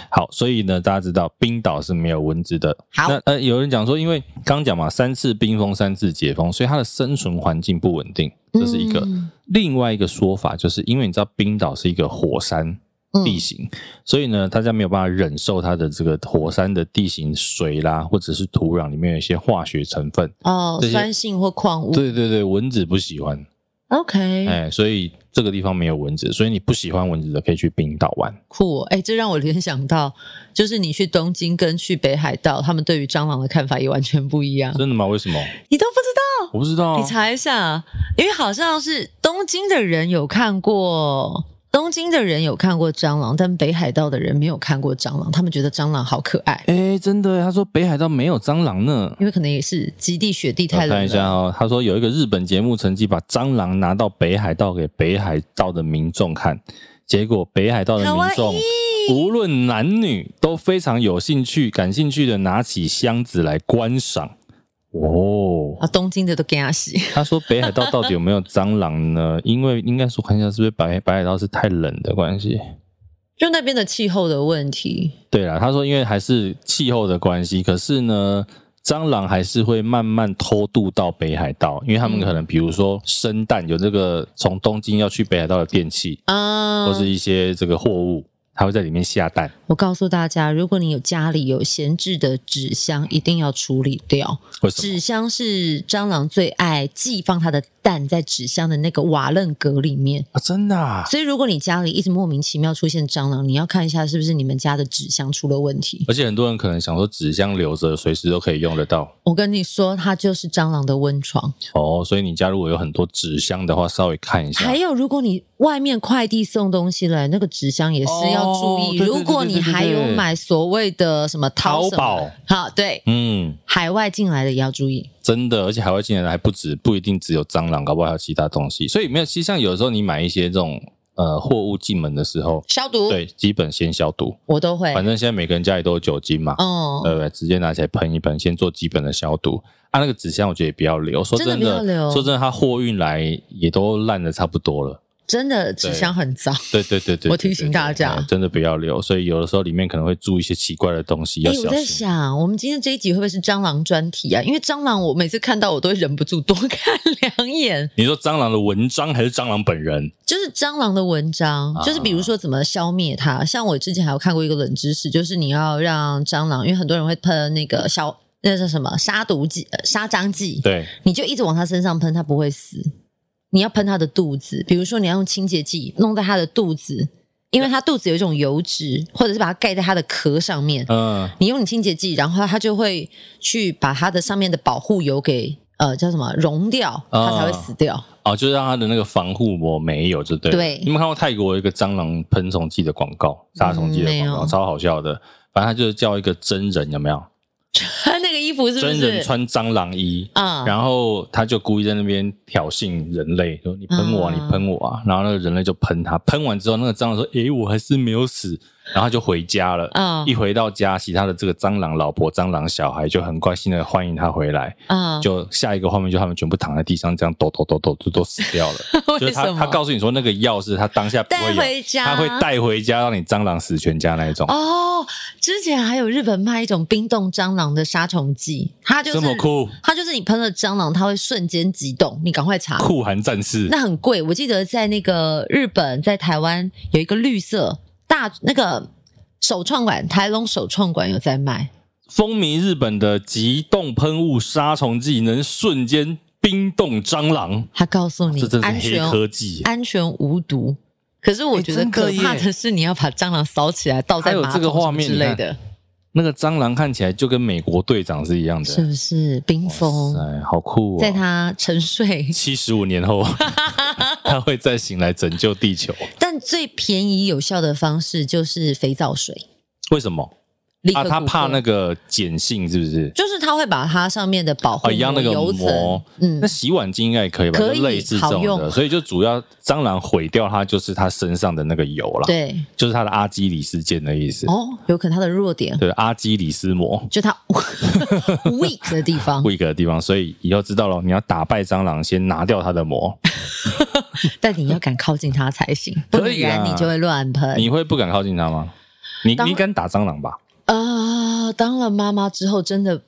Speaker 1: 好，所以呢，大家知道冰岛是没有蚊子的。
Speaker 2: 好
Speaker 1: 那呃，有人讲说，因为刚讲嘛，三次冰封，三次解封，所以它的生存环境不稳定，这是一个。
Speaker 2: 嗯
Speaker 1: 另外一个说法就是，因为你知道冰岛是一个火山
Speaker 2: 嗯
Speaker 1: 地形，所以呢，大家没有办法忍受它的这个火山的地形水啦，或者是土壤里面有一些化学成分。
Speaker 2: 哦
Speaker 1: 这，些
Speaker 2: 酸性或矿物。
Speaker 1: 对对对，蚊子不喜欢。
Speaker 2: OK，、
Speaker 1: 哎，所以这个地方没有蚊子，所以你不喜欢蚊子的可以去冰岛玩。
Speaker 2: 酷、哦。哎、这让我联想到，就是你去东京跟去北海道，他们对于蟑螂的看法也完全不一样。
Speaker 1: 真的吗？为什么？
Speaker 2: 你都不知道？
Speaker 1: 我不知道啊。
Speaker 2: 你查一下，因为好像是东京的人有看过。东京的人有看过蟑螂，但北海道的人没有看过蟑螂，他们觉得蟑螂好可爱，
Speaker 1: 哎，真的耶，他说北海道没有蟑螂呢。
Speaker 2: 因为可能也是极地雪地
Speaker 1: 我
Speaker 2: 太
Speaker 1: 看一
Speaker 2: 冷
Speaker 1: 下
Speaker 2: 了。
Speaker 1: 哦，他说有一个日本节目成绩把蟑螂拿到北海道给北海道的民众看，结果北海道的民众
Speaker 2: 可
Speaker 1: 无论男女都非常有兴趣、感兴趣的拿起箱子来观赏。哦，
Speaker 2: 啊，东京的都给他洗。
Speaker 1: 他说北海道到底有没有蟑螂呢？因为应该说看一下是不是北北海道是太冷的关系。
Speaker 2: 就那边的气候的问题，
Speaker 1: 对啦，他说因为还是气候的关系，可是呢，蟑螂还是会慢慢偷渡到北海道，因为他们可能比如说生蛋有这个从东京要去北海道的电器，
Speaker 2: 啊，
Speaker 1: 或是一些这个货物，它会在里面下蛋。
Speaker 2: 我告诉大家，如果你有家里有闲置的纸箱，一定要处理掉。
Speaker 1: 为什么？
Speaker 2: 纸箱是蟑螂最爱寄放它的蛋在纸箱的那个瓦楞格里面，
Speaker 1: 啊，真的、啊，
Speaker 2: 所以如果你家里一直莫名其妙出现蟑螂，你要看一下是不是你们家的纸箱出了问题。
Speaker 1: 而且很多人可能想说纸箱留着，随时都可以用得到
Speaker 2: 我跟你说，它就是蟑螂的温床。
Speaker 1: 哦。所以你家如果有很多纸箱的话，稍微看一下。
Speaker 2: 还有，如果你外面快递送东西来，那个纸箱也是要注
Speaker 1: 哦对
Speaker 2: 意。
Speaker 1: 对对
Speaker 2: 如果你还有
Speaker 1: 对对对
Speaker 2: 买所谓的什么淘
Speaker 1: 淘
Speaker 2: 什么
Speaker 1: 宝，
Speaker 2: 好对，
Speaker 1: 嗯，
Speaker 2: 海外进来的也要注意。
Speaker 1: 真的，而且海外进来的还不止，不一定只有蟑螂，搞不好还有其他东西。所以没有，其实像有时候你买一些这种呃货物进门的时候，
Speaker 2: 消毒，
Speaker 1: 对，基本先消毒。
Speaker 2: 我都会。
Speaker 1: 反正现在每个人家里都有酒精嘛，
Speaker 2: 哦，
Speaker 1: 对不对？直接拿起来喷一喷，先做基本的消毒。啊，那个纸箱我觉得也不要留，说
Speaker 2: 真的
Speaker 1: 真
Speaker 2: 不要
Speaker 1: 的，
Speaker 2: 留
Speaker 1: 说真的，它货运来也都烂的差不多了。
Speaker 2: 真的纸箱很脏。
Speaker 1: 对对对对，
Speaker 2: 我提醒
Speaker 1: 对对对
Speaker 2: 大家
Speaker 1: 哎真的不要留。所以有的时候里面可能会注一些奇怪的东西，
Speaker 2: 哎
Speaker 1: 要，
Speaker 2: 我
Speaker 1: 小
Speaker 2: 在
Speaker 1: 心。
Speaker 2: 想，我们今天这一集会不会是蟑螂专题啊？因为蟑螂，我每次看到我都会忍不住多看两眼。
Speaker 1: 你说蟑螂的文章还是蟑螂本人？
Speaker 2: 就是蟑螂的文章，
Speaker 1: 啊
Speaker 2: 就是比如说怎么消灭它。像我之前还有看过一个冷知识，就是你要让蟑螂，因为很多人会喷那个消，那叫什么杀毒剂、呃杀蟑剂，
Speaker 1: 对，
Speaker 2: 你就一直往它身上喷，它不会死。你要喷它的肚子，比如说你要用清洁剂弄在它的肚子，因为它肚子有一种油脂，或者是把它盖在它的壳上面。
Speaker 1: 嗯、
Speaker 2: 你用你清洁剂，然后它就会去把它的上面的保护油给呃叫什么溶掉，
Speaker 1: 啊
Speaker 2: 它才会死掉。
Speaker 1: 哦，就是让它的那个防护膜没有，就对了。
Speaker 2: 对
Speaker 1: 你有没有看过泰国有一个蟑螂喷虫剂的广告，杀虫剂的
Speaker 2: 嗯没
Speaker 1: 广告，
Speaker 2: 有
Speaker 1: 超好笑的。反正它就是叫一个真人，有没有？
Speaker 2: 穿、那个衣服是不
Speaker 1: 真人
Speaker 2: 是？
Speaker 1: 穿蟑螂衣，
Speaker 2: 啊、
Speaker 1: 然后他就故意在那边挑衅人类，说你喷我、啊，
Speaker 2: 嗯
Speaker 1: 你喷我啊！然后那个人类就喷他，喷完之后，那个蟑螂说：“诶，我还是没有死。”然后他就回家了。
Speaker 2: 嗯
Speaker 1: 一回到家，其他的这个蟑螂老婆、蟑螂小孩就很关心的欢迎他回来。
Speaker 2: 啊、
Speaker 1: 就下一个画面，就他们全部躺在地上，这样抖抖抖抖，就都死掉了。就
Speaker 2: 为
Speaker 1: 是他
Speaker 2: 什么？
Speaker 1: 他告诉你说，那个药是他当下不会
Speaker 2: 带
Speaker 1: 有，
Speaker 2: 回家，
Speaker 1: 他会。带回家，让你蟑螂死全家那一种。
Speaker 2: 哦，之前还有日本卖一种冰冻蟑螂的杀虫剂，它就是
Speaker 1: 这么酷，
Speaker 2: 它就是你喷了蟑螂，它会瞬间急冻，你赶快查。
Speaker 1: 酷寒战士。
Speaker 2: 那很贵，我记得在那个日本，在台湾有一个绿色大那个首创馆，台龙首创馆有在卖，
Speaker 1: 风靡日本的极冻喷雾杀虫剂能瞬间冰冻蟑螂，
Speaker 2: 他告诉你
Speaker 1: 哦这真
Speaker 2: 安
Speaker 1: 是黑
Speaker 2: 全
Speaker 1: 科技。
Speaker 2: 安全哦无毒。可是我觉得
Speaker 1: 哎真
Speaker 2: 可
Speaker 1: 的耶
Speaker 2: 怕的是，你要把蟑螂扫起来倒在
Speaker 1: 还有
Speaker 2: 马
Speaker 1: 这个
Speaker 2: 桶
Speaker 1: 画
Speaker 2: 什么
Speaker 1: 面
Speaker 2: 之类
Speaker 1: 你看
Speaker 2: 的，
Speaker 1: 那个蟑螂看起来就跟美国队长是一样的，
Speaker 2: 是不是？冰封
Speaker 1: 哎，好酷哦！
Speaker 2: 在他沉睡，
Speaker 1: 七十五年后，他会再醒来拯救地球。
Speaker 2: 但最便宜有效的方式就是肥皂水，
Speaker 1: 为什么
Speaker 2: 立刻
Speaker 1: 啊啊？他
Speaker 2: 顾
Speaker 1: 怕
Speaker 2: 客
Speaker 1: 那个碱性是不是？
Speaker 2: 就是它会把它上面的保护
Speaker 1: 哦一样那个
Speaker 2: 油
Speaker 1: 膜
Speaker 2: 层，嗯
Speaker 1: 那，洗碗巾应该也可以吧？
Speaker 2: 可以
Speaker 1: 就类似这种
Speaker 2: 好
Speaker 1: 的，
Speaker 2: 用啊
Speaker 1: 所以就主要蟑螂毁掉它就是它身上的那个油啦，
Speaker 2: 对，
Speaker 1: 就是它的阿基里斯腱的意思。
Speaker 2: 哦，有可能它的弱点
Speaker 1: 对，阿基里斯膜。
Speaker 2: 就 它 weak 的地 方，
Speaker 1: 贵格的地方，所以以后知道了，你要打败蟑螂，先拿掉它的膜。
Speaker 2: 但你要敢靠近它才行，不
Speaker 1: 可以啊啦
Speaker 2: 然你就会乱喷。
Speaker 1: 你会不敢靠近它吗？你
Speaker 2: 当
Speaker 1: 你敢打蟑螂吧？
Speaker 2: 啊、当了妈妈之后，真的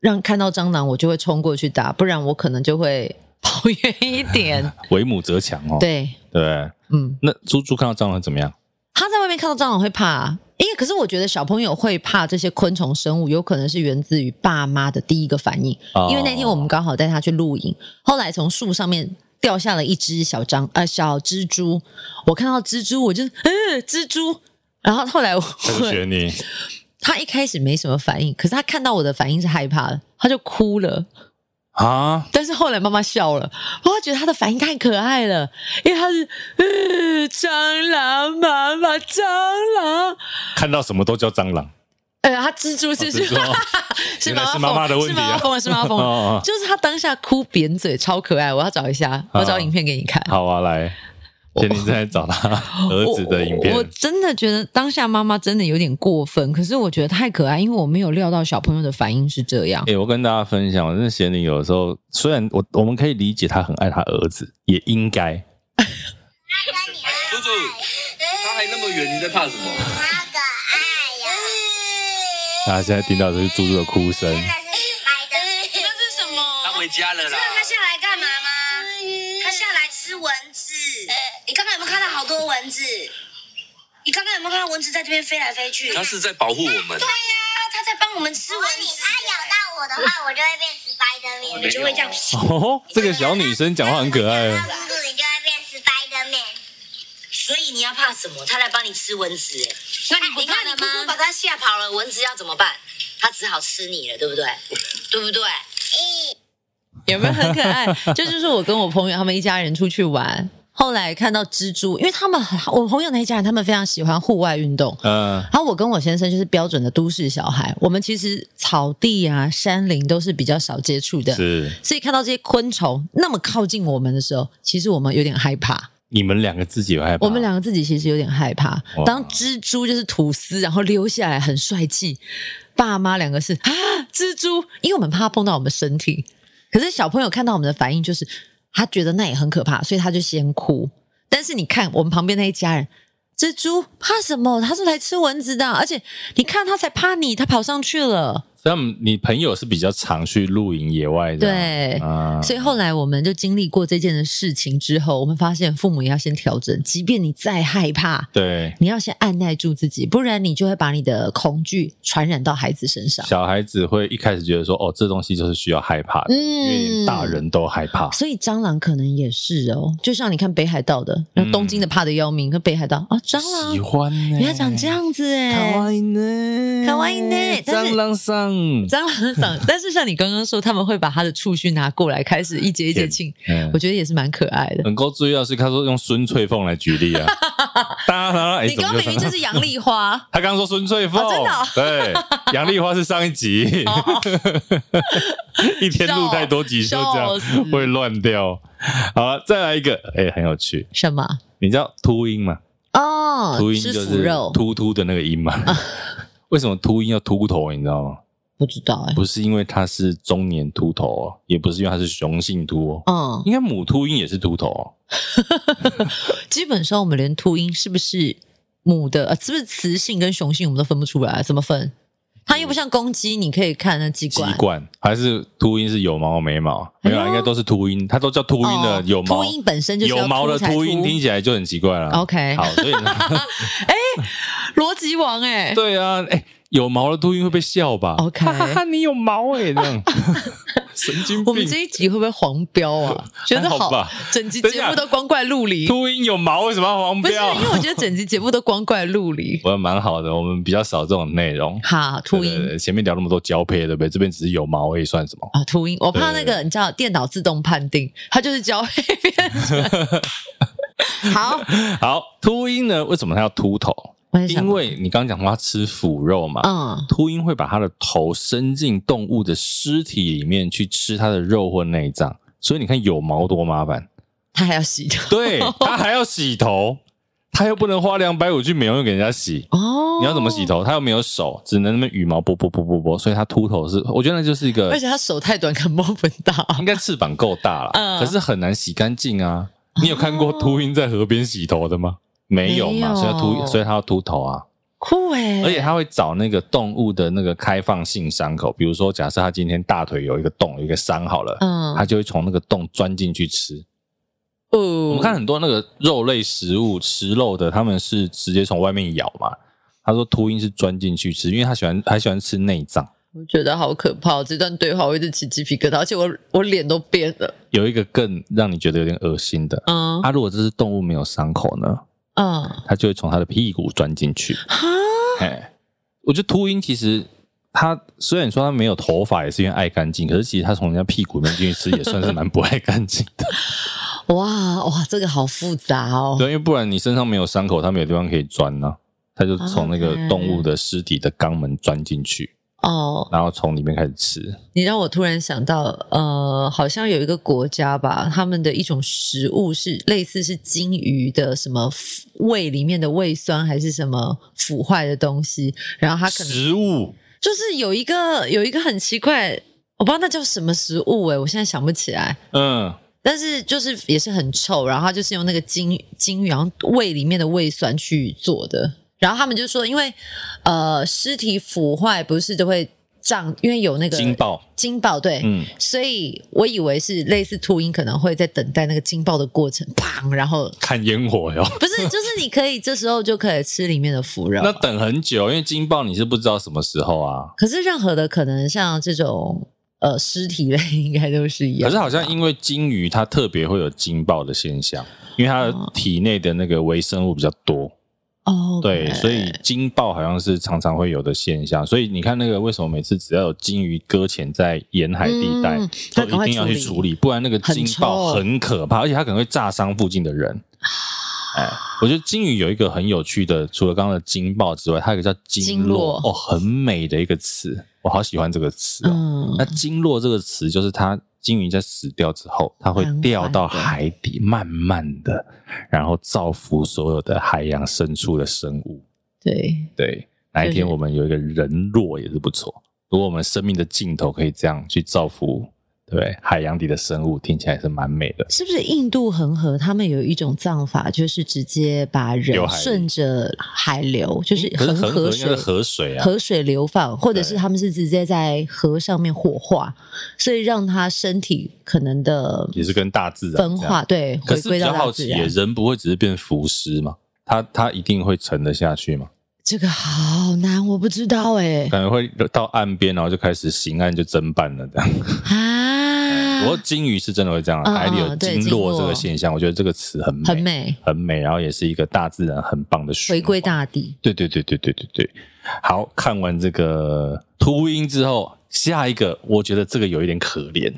Speaker 2: 让看到蟑螂，我就会冲过去打，不然我可能就会跑远一点。
Speaker 1: 为母则强哦。
Speaker 2: 对，
Speaker 1: 对不对，
Speaker 2: 嗯，
Speaker 1: 那猪猪看到蟑螂怎么样？
Speaker 2: 他在外面看到蟑螂会怕、啊。因为可是我觉得小朋友会怕这些昆虫生物，有可能是源自于爸妈的第一个反应。
Speaker 1: 哦
Speaker 2: 因为那天我们刚好带他去露营，后来从树上面掉下了一只小蟑呃小蜘蛛，我看到蜘蛛我就嗯蜘蛛，然后后来我
Speaker 1: 他就学你，
Speaker 2: 他一开始没什么反应，可是他看到我的反应是害怕的，他就哭了。
Speaker 1: 啊，
Speaker 2: 但是后来妈妈笑了，我觉得他的反应太可爱了，因为他是嗯蟑螂妈妈蟑螂，
Speaker 1: 看到什么都叫蟑螂，
Speaker 2: 呃他蜘蛛是
Speaker 1: 蜘蛛
Speaker 2: 是
Speaker 1: 哦
Speaker 2: 是
Speaker 1: 原来
Speaker 2: 妈
Speaker 1: 是妈妈的问
Speaker 2: 是
Speaker 1: 题啊
Speaker 2: 妈妈疯了是妈妈疯
Speaker 1: 哦哦
Speaker 2: 了
Speaker 1: 哦，
Speaker 2: 就是他当下哭扁嘴超可爱，我要找一下，我要找
Speaker 1: 哦
Speaker 2: 影片给你看。
Speaker 1: 好啊，来，天天在找他儿子的影片
Speaker 2: 我我我真的觉得当下妈妈真的有点过分，可是我觉得太可爱，因为我没有料到小朋友的反应是这样。
Speaker 1: 哎、我跟大家分享，我真的贤玲有的时候，虽然我我们可以理解他很爱他儿子，也应该，
Speaker 3: 叔叔，他还那么远，你在怕什么？
Speaker 4: 好可爱呀、
Speaker 1: 大家现在听到的是猪猪的哭声。
Speaker 4: 那是买的，那是什么？
Speaker 3: 他回家了啦。
Speaker 4: 他下来干嘛吗？他下来吃蚊子。你刚刚有没有看到好多蚊子？你刚刚有没有看到蚊子在这边飞来飞去？
Speaker 3: 他是在保护我们
Speaker 4: 对。呀、他在帮我们吃蚊子。
Speaker 5: 它咬到我的话，我就会变 Spider
Speaker 4: 我
Speaker 5: Man。
Speaker 4: 们就会这样。
Speaker 1: 哦，这个小女生讲话很可爱
Speaker 2: 哦
Speaker 5: 它。咬到公主，你就会变 Spider Man。
Speaker 4: 所以你要怕什么？他来帮你吃蚊子，哎，那你不怕了吗？你姑姑把他吓跑了，蚊子要怎么办？他只好吃你了，对不对？对不对？
Speaker 2: 有没有很可爱？这就是我跟我朋友他们一家人出去玩，后来看到蜘蛛，因为他们很我朋友那一家人他们非常喜欢户外运动。
Speaker 1: 嗯、
Speaker 2: 然后我跟我先生就是标准的都市小孩，我们其实草地啊、山林都是比较少接触的，
Speaker 1: 是
Speaker 2: 所以看到这些昆虫那么靠近我们的时候，其实我们有点害怕。
Speaker 1: 你们两个自己有害怕？
Speaker 2: 我们两个自己其实有点害怕
Speaker 1: 哇。
Speaker 2: 当蜘蛛就是吐丝，然后溜下来很帅气，爸妈两个是啊蜘蛛，因为我们怕它碰到我们身体。可是小朋友看到我们的反应就是，他觉得那也很可怕，所以他就先哭。但是你看我们旁边那一家人，蜘蛛怕什么？他是来吃蚊子的，而且你看他才怕你，他跑上去了。
Speaker 1: 所以他们你朋友是比较常去露营野外的，
Speaker 2: 对
Speaker 1: 啊，
Speaker 2: 所以后来我们就经历过这件的事情之后，我们发现父母也要先调整，即便你再害怕，
Speaker 1: 对
Speaker 2: 你要先按耐住自己，不然你就会把你的恐惧传染到孩子身上。
Speaker 1: 小孩子会一开始觉得说，哦，这东西就是需要害怕的，因为连大人都害怕。
Speaker 2: 嗯所以蟑螂可能也是哦，就像你看北海道的，那东京的怕的要命，跟北海道啊，蟑
Speaker 1: 喜
Speaker 2: 螂
Speaker 1: 欢欸呢、
Speaker 2: 原来长这样子哎。
Speaker 1: い呢
Speaker 2: 可愛いね但是
Speaker 1: 蟑螂上，
Speaker 2: 蟑螂长， 但是像你刚刚说，他们会把他的触须拿过来，开始一节一节亲，
Speaker 1: 嗯
Speaker 2: 我觉得也是蛮可爱 的。
Speaker 1: 能够注意到是他说用孙翠凤来举 例啊，大家当然哎，，
Speaker 2: 你刚刚明明就是杨丽花
Speaker 1: 他刚刚说孙翠凤，
Speaker 2: 哦真的哦
Speaker 1: 对，杨丽花是上一集， 一天录太多集就这
Speaker 2: 笑死
Speaker 1: 样会乱掉。好了，再来一个，哎、很有趣，
Speaker 2: 什么？
Speaker 1: 你知道秃鹰吗？
Speaker 2: 哦
Speaker 1: 秃，鹰
Speaker 2: 吃
Speaker 1: 就
Speaker 2: 腐
Speaker 1: 是
Speaker 2: 肉，啊
Speaker 1: 秃秃的那个鹰嘛。 为什么秃鹰要秃头？你知道吗？
Speaker 2: 不知道哎。
Speaker 1: 不是因为它是中年秃头哦，也不是因为它是雄性秃哦，
Speaker 2: 嗯，
Speaker 1: 应该母秃鹰也是秃头哦。
Speaker 2: 基本上我们连秃鹰是不是母的，呃，是不是雌性跟雄性，我们都分不出来，怎么分？它又不像公鸡，你可以看那鸡
Speaker 1: 鸡
Speaker 2: 冠。
Speaker 1: 冠还是秃鹰是有毛没毛？没有啊，
Speaker 2: 哎呦
Speaker 1: 应该都是秃鹰，它都叫秃鹰的
Speaker 2: 哦
Speaker 1: 有毛。
Speaker 2: 秃鹰本身就是要
Speaker 1: 有毛的
Speaker 2: 秃才
Speaker 1: 秃鹰，
Speaker 2: 秃
Speaker 1: 听起来就很奇怪了。
Speaker 2: OK
Speaker 1: 好，所以呢
Speaker 2: 逻辑王哎、
Speaker 1: 对啊，哎，有毛的秃鹰会被笑吧
Speaker 2: OK
Speaker 1: 哈哈哈，你有毛哎，这样神经
Speaker 2: 我们
Speaker 1: 病。
Speaker 2: 这一集会不会黄标啊？觉得
Speaker 1: 还好吧
Speaker 2: 整集
Speaker 1: 等一
Speaker 2: 节
Speaker 1: 下
Speaker 2: 目都光怪陆离，
Speaker 1: 秃鹰有毛为什么要黄
Speaker 2: 不是
Speaker 1: 标？
Speaker 2: 因为我觉得整集节目都光怪陆 离。
Speaker 1: 我蛮好的，我们比较少这种内容。
Speaker 2: 好，秃
Speaker 1: 对对
Speaker 2: 鹰
Speaker 1: 对前面聊那么多交配，对不对？这边只是有毛而已，算什么？
Speaker 2: 啊，秃鹰，我怕那
Speaker 1: 对
Speaker 2: 个你知道，电脑自动判定，它就是交配变 成。好，
Speaker 1: 好，秃鹰呢？为什么它要秃头？
Speaker 2: 我也想
Speaker 1: 因，为你刚刚讲它吃腐肉嘛。
Speaker 2: 嗯，
Speaker 1: 秃鹰会把它的头伸进动物的尸体里面去吃它的肉或内脏，所以你看有毛多麻 烦。
Speaker 2: 它还要洗头
Speaker 1: 对，它还要洗头，它又不能花两百五去美容院给人家洗。
Speaker 2: 哦。
Speaker 1: 你要怎么洗？头？它又没有手，只能那么羽毛拨拨拨拨拨，所以它秃头是，我觉得那就是一个
Speaker 2: 而且他手太短，可能摸不到。
Speaker 1: 应该翅膀够大啦，
Speaker 2: 嗯哦
Speaker 1: 可是很难洗干净啊。你有看过秃鹰在河边洗头的吗？没有
Speaker 2: 没有
Speaker 1: 嘛，所以它秃，所以它要秃头啊。
Speaker 2: 酷哎、
Speaker 1: 而且它会找那个动物的那个开放性伤口，比如说，假设它今天大腿有一个洞，有一个伤好了，
Speaker 2: 嗯
Speaker 1: 它就会从那个洞钻进去吃。
Speaker 2: 哦，
Speaker 1: 我
Speaker 2: 我
Speaker 1: 们看很多那个肉类食物食肉的，他们是直接从外面咬嘛。他说秃鹰是钻进去吃，因为他喜欢还喜欢吃内脏。
Speaker 2: 我觉得好可怕，这段对话我一直起鸡皮疙瘩，而且我我脸都变了。
Speaker 1: 有一个更让你觉得有点恶心的，
Speaker 2: 嗯
Speaker 1: 啊，如果这只动物没有伤口呢，
Speaker 2: 嗯，
Speaker 1: 它就会从它的屁股钻进去。
Speaker 2: 哈，
Speaker 1: 哎，我觉得秃鹰其实它虽然说它没有头发，也是因为爱干净，可是其实它从人家屁股里面进去吃，也算是蛮不爱干净的。
Speaker 2: 哇哇，这个好复杂哦。
Speaker 1: 对，因为不然你身上没有伤啊口，它没有地方可以钻呢、它就从那个
Speaker 2: OK
Speaker 1: 动物的尸体的肛门钻进去。
Speaker 2: 哦，
Speaker 1: 然后从里面开始吃。
Speaker 2: 你让我突然想到，呃，好像有一个国家吧，他们的一种食物是类似是鲸鱼的什么胃里面的胃酸还是什么腐坏的东西，然后它可能
Speaker 1: 食物
Speaker 2: 就是有一个有一个很奇怪，我不知道那叫什么食物欸诶、我现在想不起来。
Speaker 1: 嗯，
Speaker 2: 但是就是也是很臭，然后他就是用那个金金鱼，然后胃里面的胃酸去做的。然后他们就说，因为呃尸体腐坏不是都会胀，因为有那个
Speaker 1: 惊爆，
Speaker 2: 惊爆对，
Speaker 1: 嗯，
Speaker 2: 所以我以为是类似秃鹰可能会在等待那个惊爆的过程，砰，然后
Speaker 1: 看烟火 哟。
Speaker 2: 不是就是你可以这时候就可以吃里面的腐肉啊、
Speaker 1: 那等很久，因为惊爆你是不知道什么时候啊。
Speaker 2: 可是任何的可能像这种呃尸体类应该都是一样
Speaker 1: 可是
Speaker 2: 吧，
Speaker 1: 好像因为鲸鱼它特别会有惊爆的现象，因为它的体内的那个微生物比较多，
Speaker 2: 哦
Speaker 1: 对，
Speaker 2: OK
Speaker 1: 所以惊爆好像是常常会有的现象。所以你看那个为什么每次只要有鲸鱼搁浅在沿海地带
Speaker 2: 嗯，
Speaker 1: 都
Speaker 2: 它赶
Speaker 1: 一
Speaker 2: 快
Speaker 1: 定要去
Speaker 2: 处理
Speaker 1: 处理，不然那个
Speaker 2: 很
Speaker 1: 惊爆
Speaker 2: 臭啊
Speaker 1: 很可怕，而且它可能会炸伤附近的人。哎，我觉得鲸鱼有一个很有趣的，除了刚刚的惊爆之外，它有一个叫
Speaker 2: 鲸
Speaker 1: 鲸
Speaker 2: 落
Speaker 1: 落哦，很美的一个词，我好喜欢这个词哦。
Speaker 2: 嗯
Speaker 1: 那鲸落这个词就是它鲸鱼在死掉之后，它会掉到海底，慢慢的，然后造福所有的海洋深处的生物。
Speaker 2: 对。
Speaker 1: 对，哪一
Speaker 2: 就
Speaker 1: 天
Speaker 2: 是
Speaker 1: 我们有一个人落也是不错。如果我们生命的尽头可以这样去造福，对不对海洋底的生物，听起来是蛮美的。
Speaker 2: 是不是印度恒河他们有一种葬法，就是直接把
Speaker 1: 流
Speaker 2: 人
Speaker 1: 海里
Speaker 2: 顺着海流，就是
Speaker 1: 可是恒
Speaker 2: 河
Speaker 1: 河应该
Speaker 2: 水
Speaker 1: 是河水啊，
Speaker 2: 河水流放，或者是
Speaker 1: 对
Speaker 2: 他们是直接在河上面火化，所以让他身体可能的
Speaker 1: 也是跟大自然这样
Speaker 2: 分化，对，
Speaker 1: 可
Speaker 2: 回
Speaker 1: 是
Speaker 2: 归
Speaker 1: 比
Speaker 2: 到
Speaker 1: 较
Speaker 2: 大
Speaker 1: 好
Speaker 2: 自
Speaker 1: 奇耶，
Speaker 2: 然。
Speaker 1: 人不会只是变浮尸吗？它它一定会沉得下去吗？
Speaker 2: 这个好难，我不知道哎、
Speaker 1: 可能会到岸边，然后就开始刑案就侦办了这样。
Speaker 2: 啊，
Speaker 1: 不过鲸鱼是真的会这样，啊
Speaker 2: 嗯
Speaker 1: 海里有
Speaker 2: 嗯对
Speaker 1: 鲸落
Speaker 2: 鲸落
Speaker 1: 这个现象，我觉得这个词很美，
Speaker 2: 很美，
Speaker 1: 很美，然后也是一个大自然很棒的循环
Speaker 2: 回归。大地。
Speaker 1: 对对对对对对对。好看完这个秃鹰之后，下一个我觉得这个有一点可怜。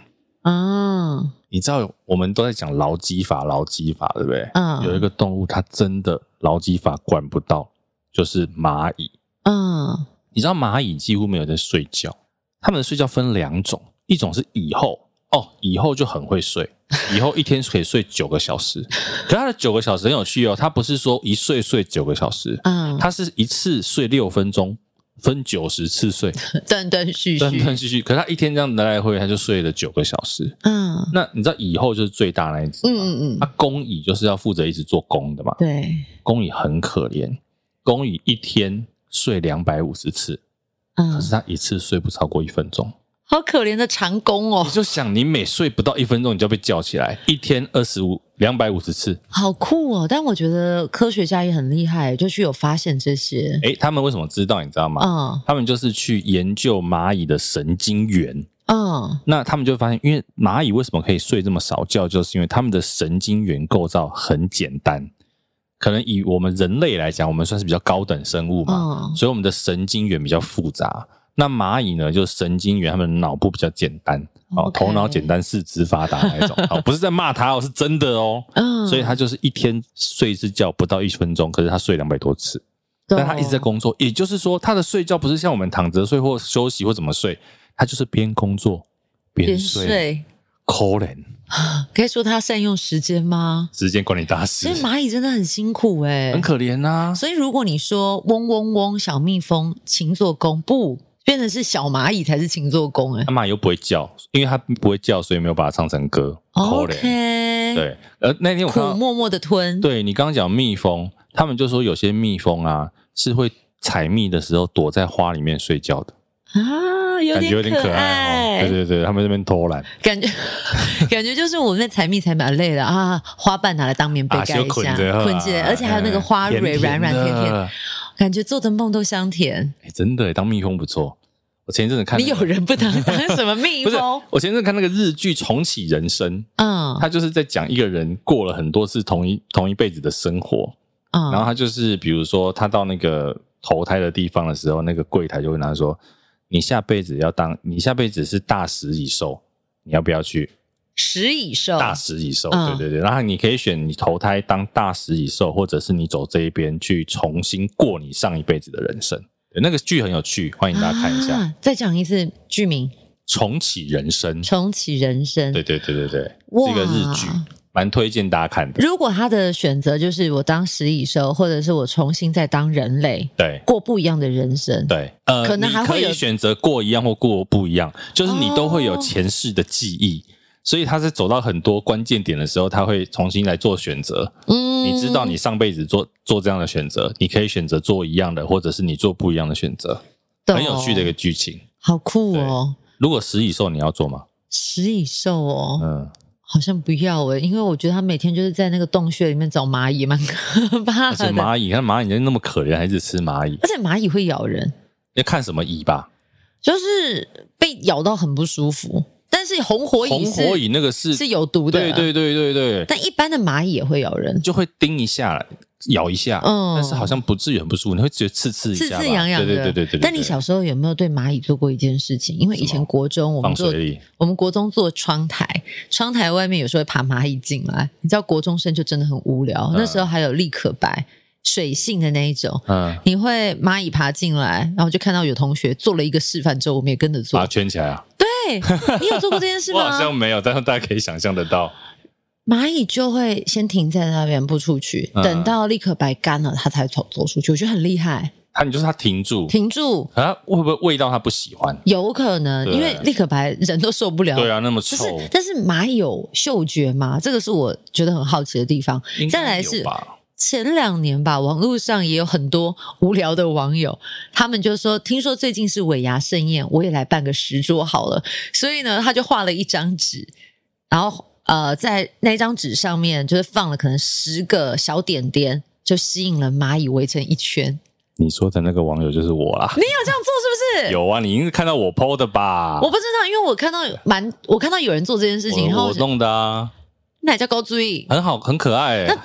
Speaker 2: 啊，
Speaker 1: 你知道我们都在讲劳基法，劳基法对不对？
Speaker 2: 嗯
Speaker 1: 有一个动物它真的劳基法管不到，就是蚂蚁。
Speaker 2: 嗯，
Speaker 1: 你知道蚂蚁几乎没有在睡觉，它们睡觉分两种，一种是蚁后，哦，蚁后就很会 睡，蚁后一天可以睡九个小时，可它的九个小时很有趣哦，它不是说一睡睡九个小时，
Speaker 2: 嗯，
Speaker 1: 它是一次睡六分钟，分九十次睡，
Speaker 2: 嗯断断续
Speaker 1: 断
Speaker 2: 续，
Speaker 1: 断续续，可它一天这样来来回回，它就睡了九个小时。
Speaker 2: 嗯
Speaker 1: 那你知道蚁后就是最大那一只
Speaker 2: 嗯
Speaker 1: 吗？
Speaker 2: 嗯
Speaker 1: 它
Speaker 2: 嗯，
Speaker 1: 工蚁就是要负责一直做工的嘛，
Speaker 2: 对，
Speaker 1: 工蚁很可怜，工蚁一天睡两百五十次。可
Speaker 2: 嗯
Speaker 1: 是，他一次睡不超过一分钟。
Speaker 2: 好可怜的长工哦
Speaker 1: 你，就想，你每睡不到一分钟，你就要被叫起来，一天二十五两百五十次。
Speaker 2: 好酷哦！但我觉得科学家也很厉害，就是有发现这些。
Speaker 1: 诶，他们为什么知道？你知道吗？
Speaker 2: 嗯
Speaker 1: 他们就是去研究蚂蚁的神经元。
Speaker 2: 嗯
Speaker 1: 那他们就发现，因为蚂蚁为什么可以睡这么少觉，就是因为它们的神经元构造很简单。可能以我们人类来讲，我们算是比较高等生物嘛，
Speaker 2: 嗯
Speaker 1: 所以我们的神经元比较复杂。那蚂蚁呢，就是神经元，它们的脑部比较简单，哦，
Speaker 2: OK
Speaker 1: 头脑简单，四肢发达那一种。哦，不是在骂它哦，是真的哦。
Speaker 2: 嗯，
Speaker 1: 所以它就是一天睡一次觉不到一分钟，可是它睡两百多次，
Speaker 2: 懂
Speaker 1: 但它一直在工作。也就是说，它的睡觉不是像我们躺着睡或休息或怎么睡，它就是边工作边
Speaker 2: 边
Speaker 1: 睡。
Speaker 2: 睡，
Speaker 1: 可怜，
Speaker 2: 可以说他善用时间吗？
Speaker 1: 时间管理大师
Speaker 2: 所以，蚂蚁真的很辛苦哎、
Speaker 1: 很可怜啊呐、
Speaker 2: 所以如果你说嗡嗡嗡，小蜜蜂勤做工，不变成是小蚂蚁才是勤做工哎、
Speaker 1: 它蚂蚁又不会叫，因为它不会叫，所以没有把它唱成歌。可怜，
Speaker 2: 哦 OK，，
Speaker 1: 对。呃，那天我看
Speaker 2: 苦
Speaker 1: 到
Speaker 2: 默默的吞，，
Speaker 1: 对你刚刚讲蜜蜂，他们就说有些蜜蜂啊是会采蜜的时候躲在花里面睡觉的，
Speaker 2: 啊，有
Speaker 1: 感觉有
Speaker 2: 点
Speaker 1: 点可爱哦。对对对，他们在那边偷懒，
Speaker 2: 感觉感觉就是我们在采蜜采蛮累的啊，花瓣拿来当棉被
Speaker 1: 啊
Speaker 2: 盖一
Speaker 1: 就捆
Speaker 2: 下，
Speaker 1: 着啊
Speaker 2: 捆起来，而且还有那个花
Speaker 1: 嗯
Speaker 2: 蕊
Speaker 1: 甜甜
Speaker 2: 软软
Speaker 1: 的
Speaker 2: 甜甜，感觉做的梦都香甜。
Speaker 1: 哎，真的耶当蜜蜂不错。我前一阵子看
Speaker 2: 你
Speaker 1: 那个、
Speaker 2: 有人不当当 什么蜜
Speaker 1: 不是
Speaker 2: 蜂？？
Speaker 1: 我前一阵子看那个日剧《重启人生》，
Speaker 2: 嗯
Speaker 1: 他就是在讲一个人过了很多次同一同一辈子的生活，然后
Speaker 2: 嗯，
Speaker 1: 他就是比如说他到那个投胎的地方的时候，那个柜台就会跟他说：“你下辈子要当，你下辈子是大食蚁兽，你要不要去？”
Speaker 2: 食蚁兽，
Speaker 1: 大食蚁兽，
Speaker 2: 嗯
Speaker 1: 对对对。然后你可以选你投胎当大食蚁兽，或者是你走这一边去重新过你上一辈子的人生。对那个剧很有趣，欢迎大家看一下《
Speaker 2: 啊再讲一次剧名《
Speaker 1: 重启人生》。
Speaker 2: 重启人生》。
Speaker 1: 对对对对对，
Speaker 2: 哇
Speaker 1: 是一个日剧，蛮推荐大家看的。
Speaker 2: 如果他的选择就是我当食蚁兽，或者是我重新再当人类，
Speaker 1: 对
Speaker 2: 过不一样的人生。
Speaker 1: 对，呃，
Speaker 2: 可能
Speaker 1: 你
Speaker 2: 还会有
Speaker 1: 以选择过一样或过不一样，就是你都会有
Speaker 2: 哦
Speaker 1: 前世的记忆。所以他是走到很多关键点的时候，他会重新来做选择。
Speaker 2: 嗯
Speaker 1: 你知道你上辈子做做这样的选择，你可以选择做一样的，或者是你做不一样的选择，
Speaker 2: 嗯懂
Speaker 1: 很有趣的一个剧情。
Speaker 2: 好酷哦，
Speaker 1: 如果食蚁兽你要做吗？
Speaker 2: 食蚁兽哦，
Speaker 1: 嗯，
Speaker 2: 好像不要哎，因为我觉得他每天就是在那个洞穴里面找蚂蚁，蛮可怕
Speaker 1: 而且
Speaker 2: 的。
Speaker 1: 蚂蚁，你看蚂蚁人那么可怜，还是吃蚂蚁，
Speaker 2: 而且蚂蚁会咬人，
Speaker 1: 要看什么蚁吧？
Speaker 2: 就是被咬到很不舒服。但是红火蚁
Speaker 1: 红
Speaker 2: 是
Speaker 1: 火蚁那个是
Speaker 2: 是有毒的，
Speaker 1: 对对对对对，
Speaker 2: 但一般的蚂蚁也会咬人，
Speaker 1: 就会叮一下，咬一下，
Speaker 2: 嗯
Speaker 1: 但是好像不至于很不舒服，你会觉得刺刺一
Speaker 2: 刺
Speaker 1: 下吧，
Speaker 2: 刺痒痒的。
Speaker 1: 对对对对对对。
Speaker 2: 但你小时候有没有对蚂蚁做过一件事情？因为以
Speaker 1: 什
Speaker 2: 前
Speaker 1: 么
Speaker 2: 国中我们
Speaker 1: 放
Speaker 2: 做
Speaker 1: 水里，
Speaker 2: 我们国中做窗台，窗台外面有时候会爬蚂蚁进来。你知道国中生就真的很无聊，
Speaker 1: 嗯
Speaker 2: 那时候还有立可白、水性的那一种。
Speaker 1: 嗯，
Speaker 2: 你会蚂蚁爬进来，然后就看到有同学做了一个示范之后，我们也跟着
Speaker 1: 把它
Speaker 2: 做。
Speaker 1: 圈起来啊。
Speaker 2: 对， 你有做过这件事
Speaker 1: 我好像
Speaker 2: 吗？
Speaker 1: 没有，但是大家可以想象得到，
Speaker 2: 蚂蚁就会先停在那边不出去，
Speaker 1: 嗯
Speaker 2: 等到立可白干了，它才走走出去。我觉得很厉害，
Speaker 1: 它啊你就是它停住，
Speaker 2: 停住。
Speaker 1: 啊，会不会味道它不喜欢？
Speaker 2: 有可能，
Speaker 1: 对
Speaker 2: 因为立可白人都受不了。
Speaker 1: 对啊，那么
Speaker 2: 就
Speaker 1: 臭
Speaker 2: 是，，但是蚂蚁有嗅觉吗？这个是我觉得很好奇的地方
Speaker 1: 应。该
Speaker 2: 再来是
Speaker 1: 有吧
Speaker 2: 前两年吧，网络上也有很多无聊的网友，他们就说，听说最近是尾牙盛宴，我也来办个十桌好了。所以呢，他就画了一张纸，然后呃，在那张纸上面就是放了可能十个小点点，就吸引了蚂蚁围成一圈。
Speaker 1: 你说的那个网友就是我啦
Speaker 2: 你。有这样做是不是？
Speaker 1: 有啊，你应该看到我 PO 的吧？
Speaker 2: 我不知道，因为我看到蛮，我看到有人做这件事情，然
Speaker 1: 我
Speaker 2: 后
Speaker 1: 我弄的啊，
Speaker 2: 那也叫 高追。
Speaker 1: 很好，很可爱、欸。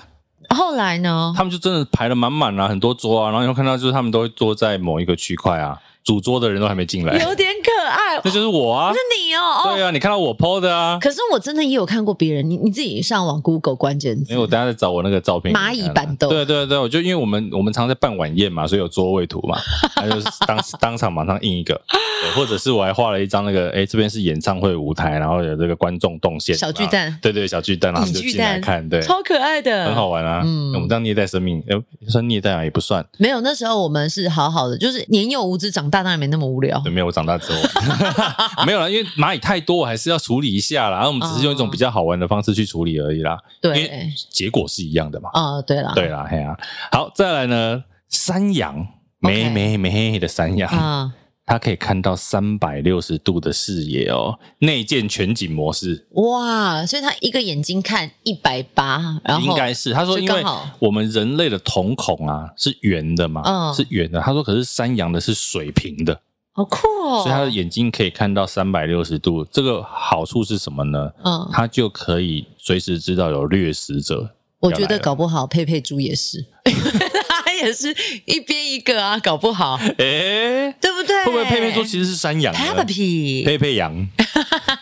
Speaker 2: 后来呢？
Speaker 1: 他们就真的排的满满啊，很多桌啊，然后你会看到就是他们都会坐在某一个区块啊，主桌的人都还没 进来，
Speaker 2: 有点可爱，
Speaker 1: 那 就是我啊
Speaker 2: 是，你哦。哦
Speaker 1: 对啊，你看到我 PO 的啊，
Speaker 2: 可是我真的也有看过别人，你你自己上网 Google 关键字
Speaker 1: 因为，我等一下再找我那个照片给你看啊。
Speaker 2: 蚂蚁板凳
Speaker 1: 对对对，我就因为我们我们常在办晚宴嘛，所以有座位图嘛，那就是当 当场马上印一个，对，或者是我还画了一张那个，哎，这边是演唱会舞台，然后有这个观众动线，
Speaker 2: 小巨蛋
Speaker 1: 对对，小巨蛋，然后他们就
Speaker 2: 蚁巨
Speaker 1: 进来
Speaker 2: 蛋
Speaker 1: 看，对，
Speaker 2: 超可爱的，
Speaker 1: 很好。玩啊，
Speaker 2: 嗯
Speaker 1: 我们这样虐待生命，呃，算虐待啊，也不算，
Speaker 2: 没有，那时候我们是好好的，就是年幼无知，长大当然没那么无聊
Speaker 1: 对，。没有，我长大之 后没有啦，因为蚂蚁太多，我还是要处理一下啦。然后我们只是用一种比较好玩的方式去处理而已啦，因为
Speaker 2: 哦对，
Speaker 1: 结果是一样的嘛。
Speaker 2: 啊，对啦，
Speaker 1: 对啦，嘿啊。好，再来呢，山羊，没
Speaker 2: OK
Speaker 1: 没没嘿嘿的山羊，
Speaker 2: 啊，
Speaker 1: 它可以看到三百六十度的视野哦，内建全景模式。
Speaker 2: 哇，所以他一个眼睛看一百八，然后
Speaker 1: 应该是他说，
Speaker 2: 就
Speaker 1: 因为
Speaker 2: 刚好
Speaker 1: 我们人类的瞳孔啊是圆的嘛，
Speaker 2: 嗯
Speaker 1: 是圆的。他说，可是山羊的是水平的，
Speaker 2: 好酷哦，
Speaker 1: 所以他的眼睛可以看到三百六十度。这个好处是什么呢？
Speaker 2: 嗯，
Speaker 1: 他就可以随时知道有掠食者。
Speaker 2: 我觉
Speaker 1: 要来
Speaker 2: 得
Speaker 1: 了
Speaker 2: 搞不好佩佩猪也是， 他也是一边一个啊，搞不好
Speaker 1: 诶、
Speaker 2: 对不对？
Speaker 1: 会不会佩佩猪其实是山羊呢？
Speaker 2: 他的屁
Speaker 1: 佩佩 羊，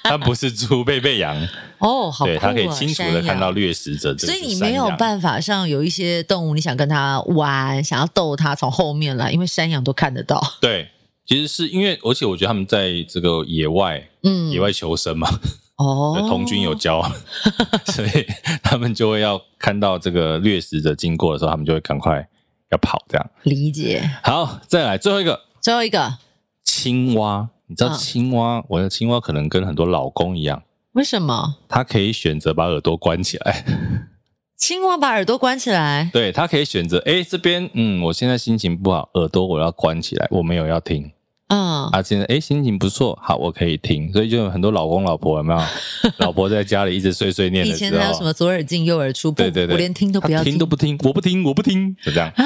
Speaker 1: 它不是猪，佩佩羊，
Speaker 2: 哦，好酷
Speaker 1: 对，
Speaker 2: 啊！
Speaker 1: 它可以清楚的
Speaker 2: 山
Speaker 1: 看
Speaker 2: 羊
Speaker 1: 到掠食者。这
Speaker 2: 所
Speaker 1: 个
Speaker 2: 以
Speaker 1: 是
Speaker 2: 你
Speaker 1: 山
Speaker 2: 没有
Speaker 1: 羊
Speaker 2: 办法像有一些动物，你想跟它玩，想要逗它从后面来，因为山羊都看得到。
Speaker 1: 对，其实是因为，而且我觉得他们在这个野外。
Speaker 2: 嗯，
Speaker 1: 野外求生嘛，
Speaker 2: 哦，
Speaker 1: 童军有 教，所以他们就会要看到这个掠食者经过的时候，他们就会赶快要跑。这样
Speaker 2: 理解。
Speaker 1: 好，再来最后一个
Speaker 2: 最后一个，
Speaker 1: 青蛙，你知道
Speaker 2: 嗯
Speaker 1: 青蛙？我的青蛙可能跟很多老公一样，
Speaker 2: 为什么
Speaker 1: 它可以选择把耳朵关起来，
Speaker 2: 青蛙把耳朵关起来？
Speaker 1: 对，它可以选择，哎，这边，嗯，我现在心情不好，耳朵我要关起来，我没有要听。
Speaker 2: 嗯，
Speaker 1: 啊，现在哎心情不错，好，我可以听，所以就有很多老公老婆有 没有？老婆在家里一直碎碎念
Speaker 2: 以
Speaker 1: 的时
Speaker 2: 前
Speaker 1: 候，
Speaker 2: 还有什么左耳进右耳出？不
Speaker 1: 对对对，
Speaker 2: 我连听都不要
Speaker 1: 他听，都不听，我不听，我不听，就这样。
Speaker 2: 啊。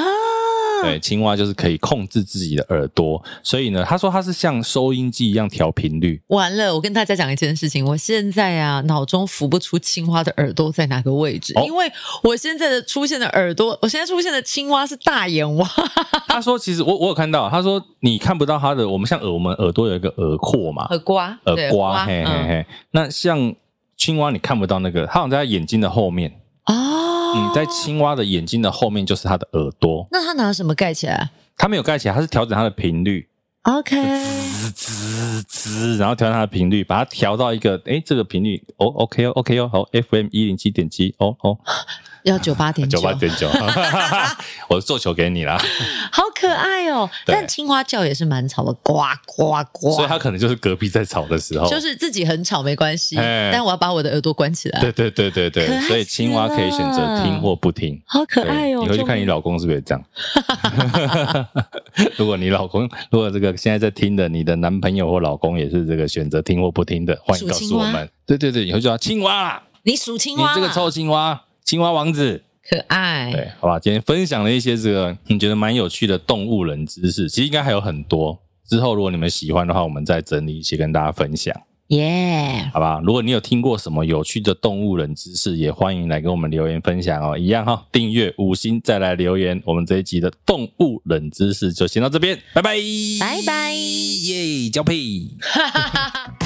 Speaker 1: 对，青蛙就是可以控制自己的耳朵，所以呢，他说他是像收音机一样调频 率，
Speaker 2: 完了，我跟大家讲一件事情，我现在啊脑中浮不出青蛙的耳朵在哪个位置，
Speaker 1: 哦
Speaker 2: 因为我现在的出现的耳朵，我现在出现的青蛙是大眼蛙，
Speaker 1: 他说，其实我我有看到，他说你看不到他的，我们像耳，我们耳朵有一个耳廓嘛，
Speaker 2: 耳瓜，对
Speaker 1: 耳刮，嘿嘿
Speaker 2: 嗯
Speaker 1: 嘿。那像青蛙，你看不到那个，它好像在它眼睛的后面。
Speaker 2: 哦，
Speaker 1: 嗯嗯，在青蛙的眼睛的后面就是它的耳朵，
Speaker 2: 那他拿什么盖起来？啊
Speaker 1: 它没有盖起来，它是调整它的频率，
Speaker 2: OK，
Speaker 1: 滋滋滋，然后调整它的频率，把它调到一个，哎，这个频率，哦，OK 哦，OK 哦，好，FM 一零七点七，哦哦，
Speaker 2: 要九八点
Speaker 1: 九
Speaker 2: 九，
Speaker 1: 八点 九，我做球给你啦，
Speaker 2: 好可爱哦。
Speaker 1: 对
Speaker 2: 但青蛙叫也是蛮吵的，呱呱
Speaker 1: 所以哦
Speaker 2: 呱，
Speaker 1: 它可能就是隔壁在吵的时候，
Speaker 2: 就是自己很吵没关系，
Speaker 1: 哎
Speaker 2: 但我要把我的耳朵关起来。
Speaker 1: 对对对对
Speaker 2: 可
Speaker 1: 对，
Speaker 2: 爱
Speaker 1: 所以青蛙可以选择听或不听。
Speaker 2: 好 可
Speaker 1: 对
Speaker 2: 爱哦！
Speaker 1: 你回去看
Speaker 2: 终于
Speaker 1: 你老公是不是也这样？ 如果你老公，如果这个现在在听的，你的男朋友或老公也是这个选择听或不听的，欢迎告
Speaker 2: 数
Speaker 1: 诉
Speaker 2: 青
Speaker 1: 我
Speaker 2: 蛙
Speaker 1: 们。对对对，以后就叫青蛙啦，
Speaker 2: 你数青
Speaker 1: 你
Speaker 2: 蛙啦，
Speaker 1: 这个臭青蛙，青蛙王子。
Speaker 2: 可爱，
Speaker 1: 对，好吧，今天分享了一些这个你觉得蛮有趣的动物人知识，其实应该还有很多。之后如果你们喜欢的话，我们再整理一些跟大家分享。
Speaker 2: 耶！
Speaker 1: 好吧？如果你有听过什么有趣的动物人知识，也欢迎来跟我们留言分享哦。一样哈、订阅五星再来留言。我们这一集的动物冷知识就先到这边，拜拜，
Speaker 2: 拜拜
Speaker 1: 耶，交配。
Speaker 2: 哈哈哈。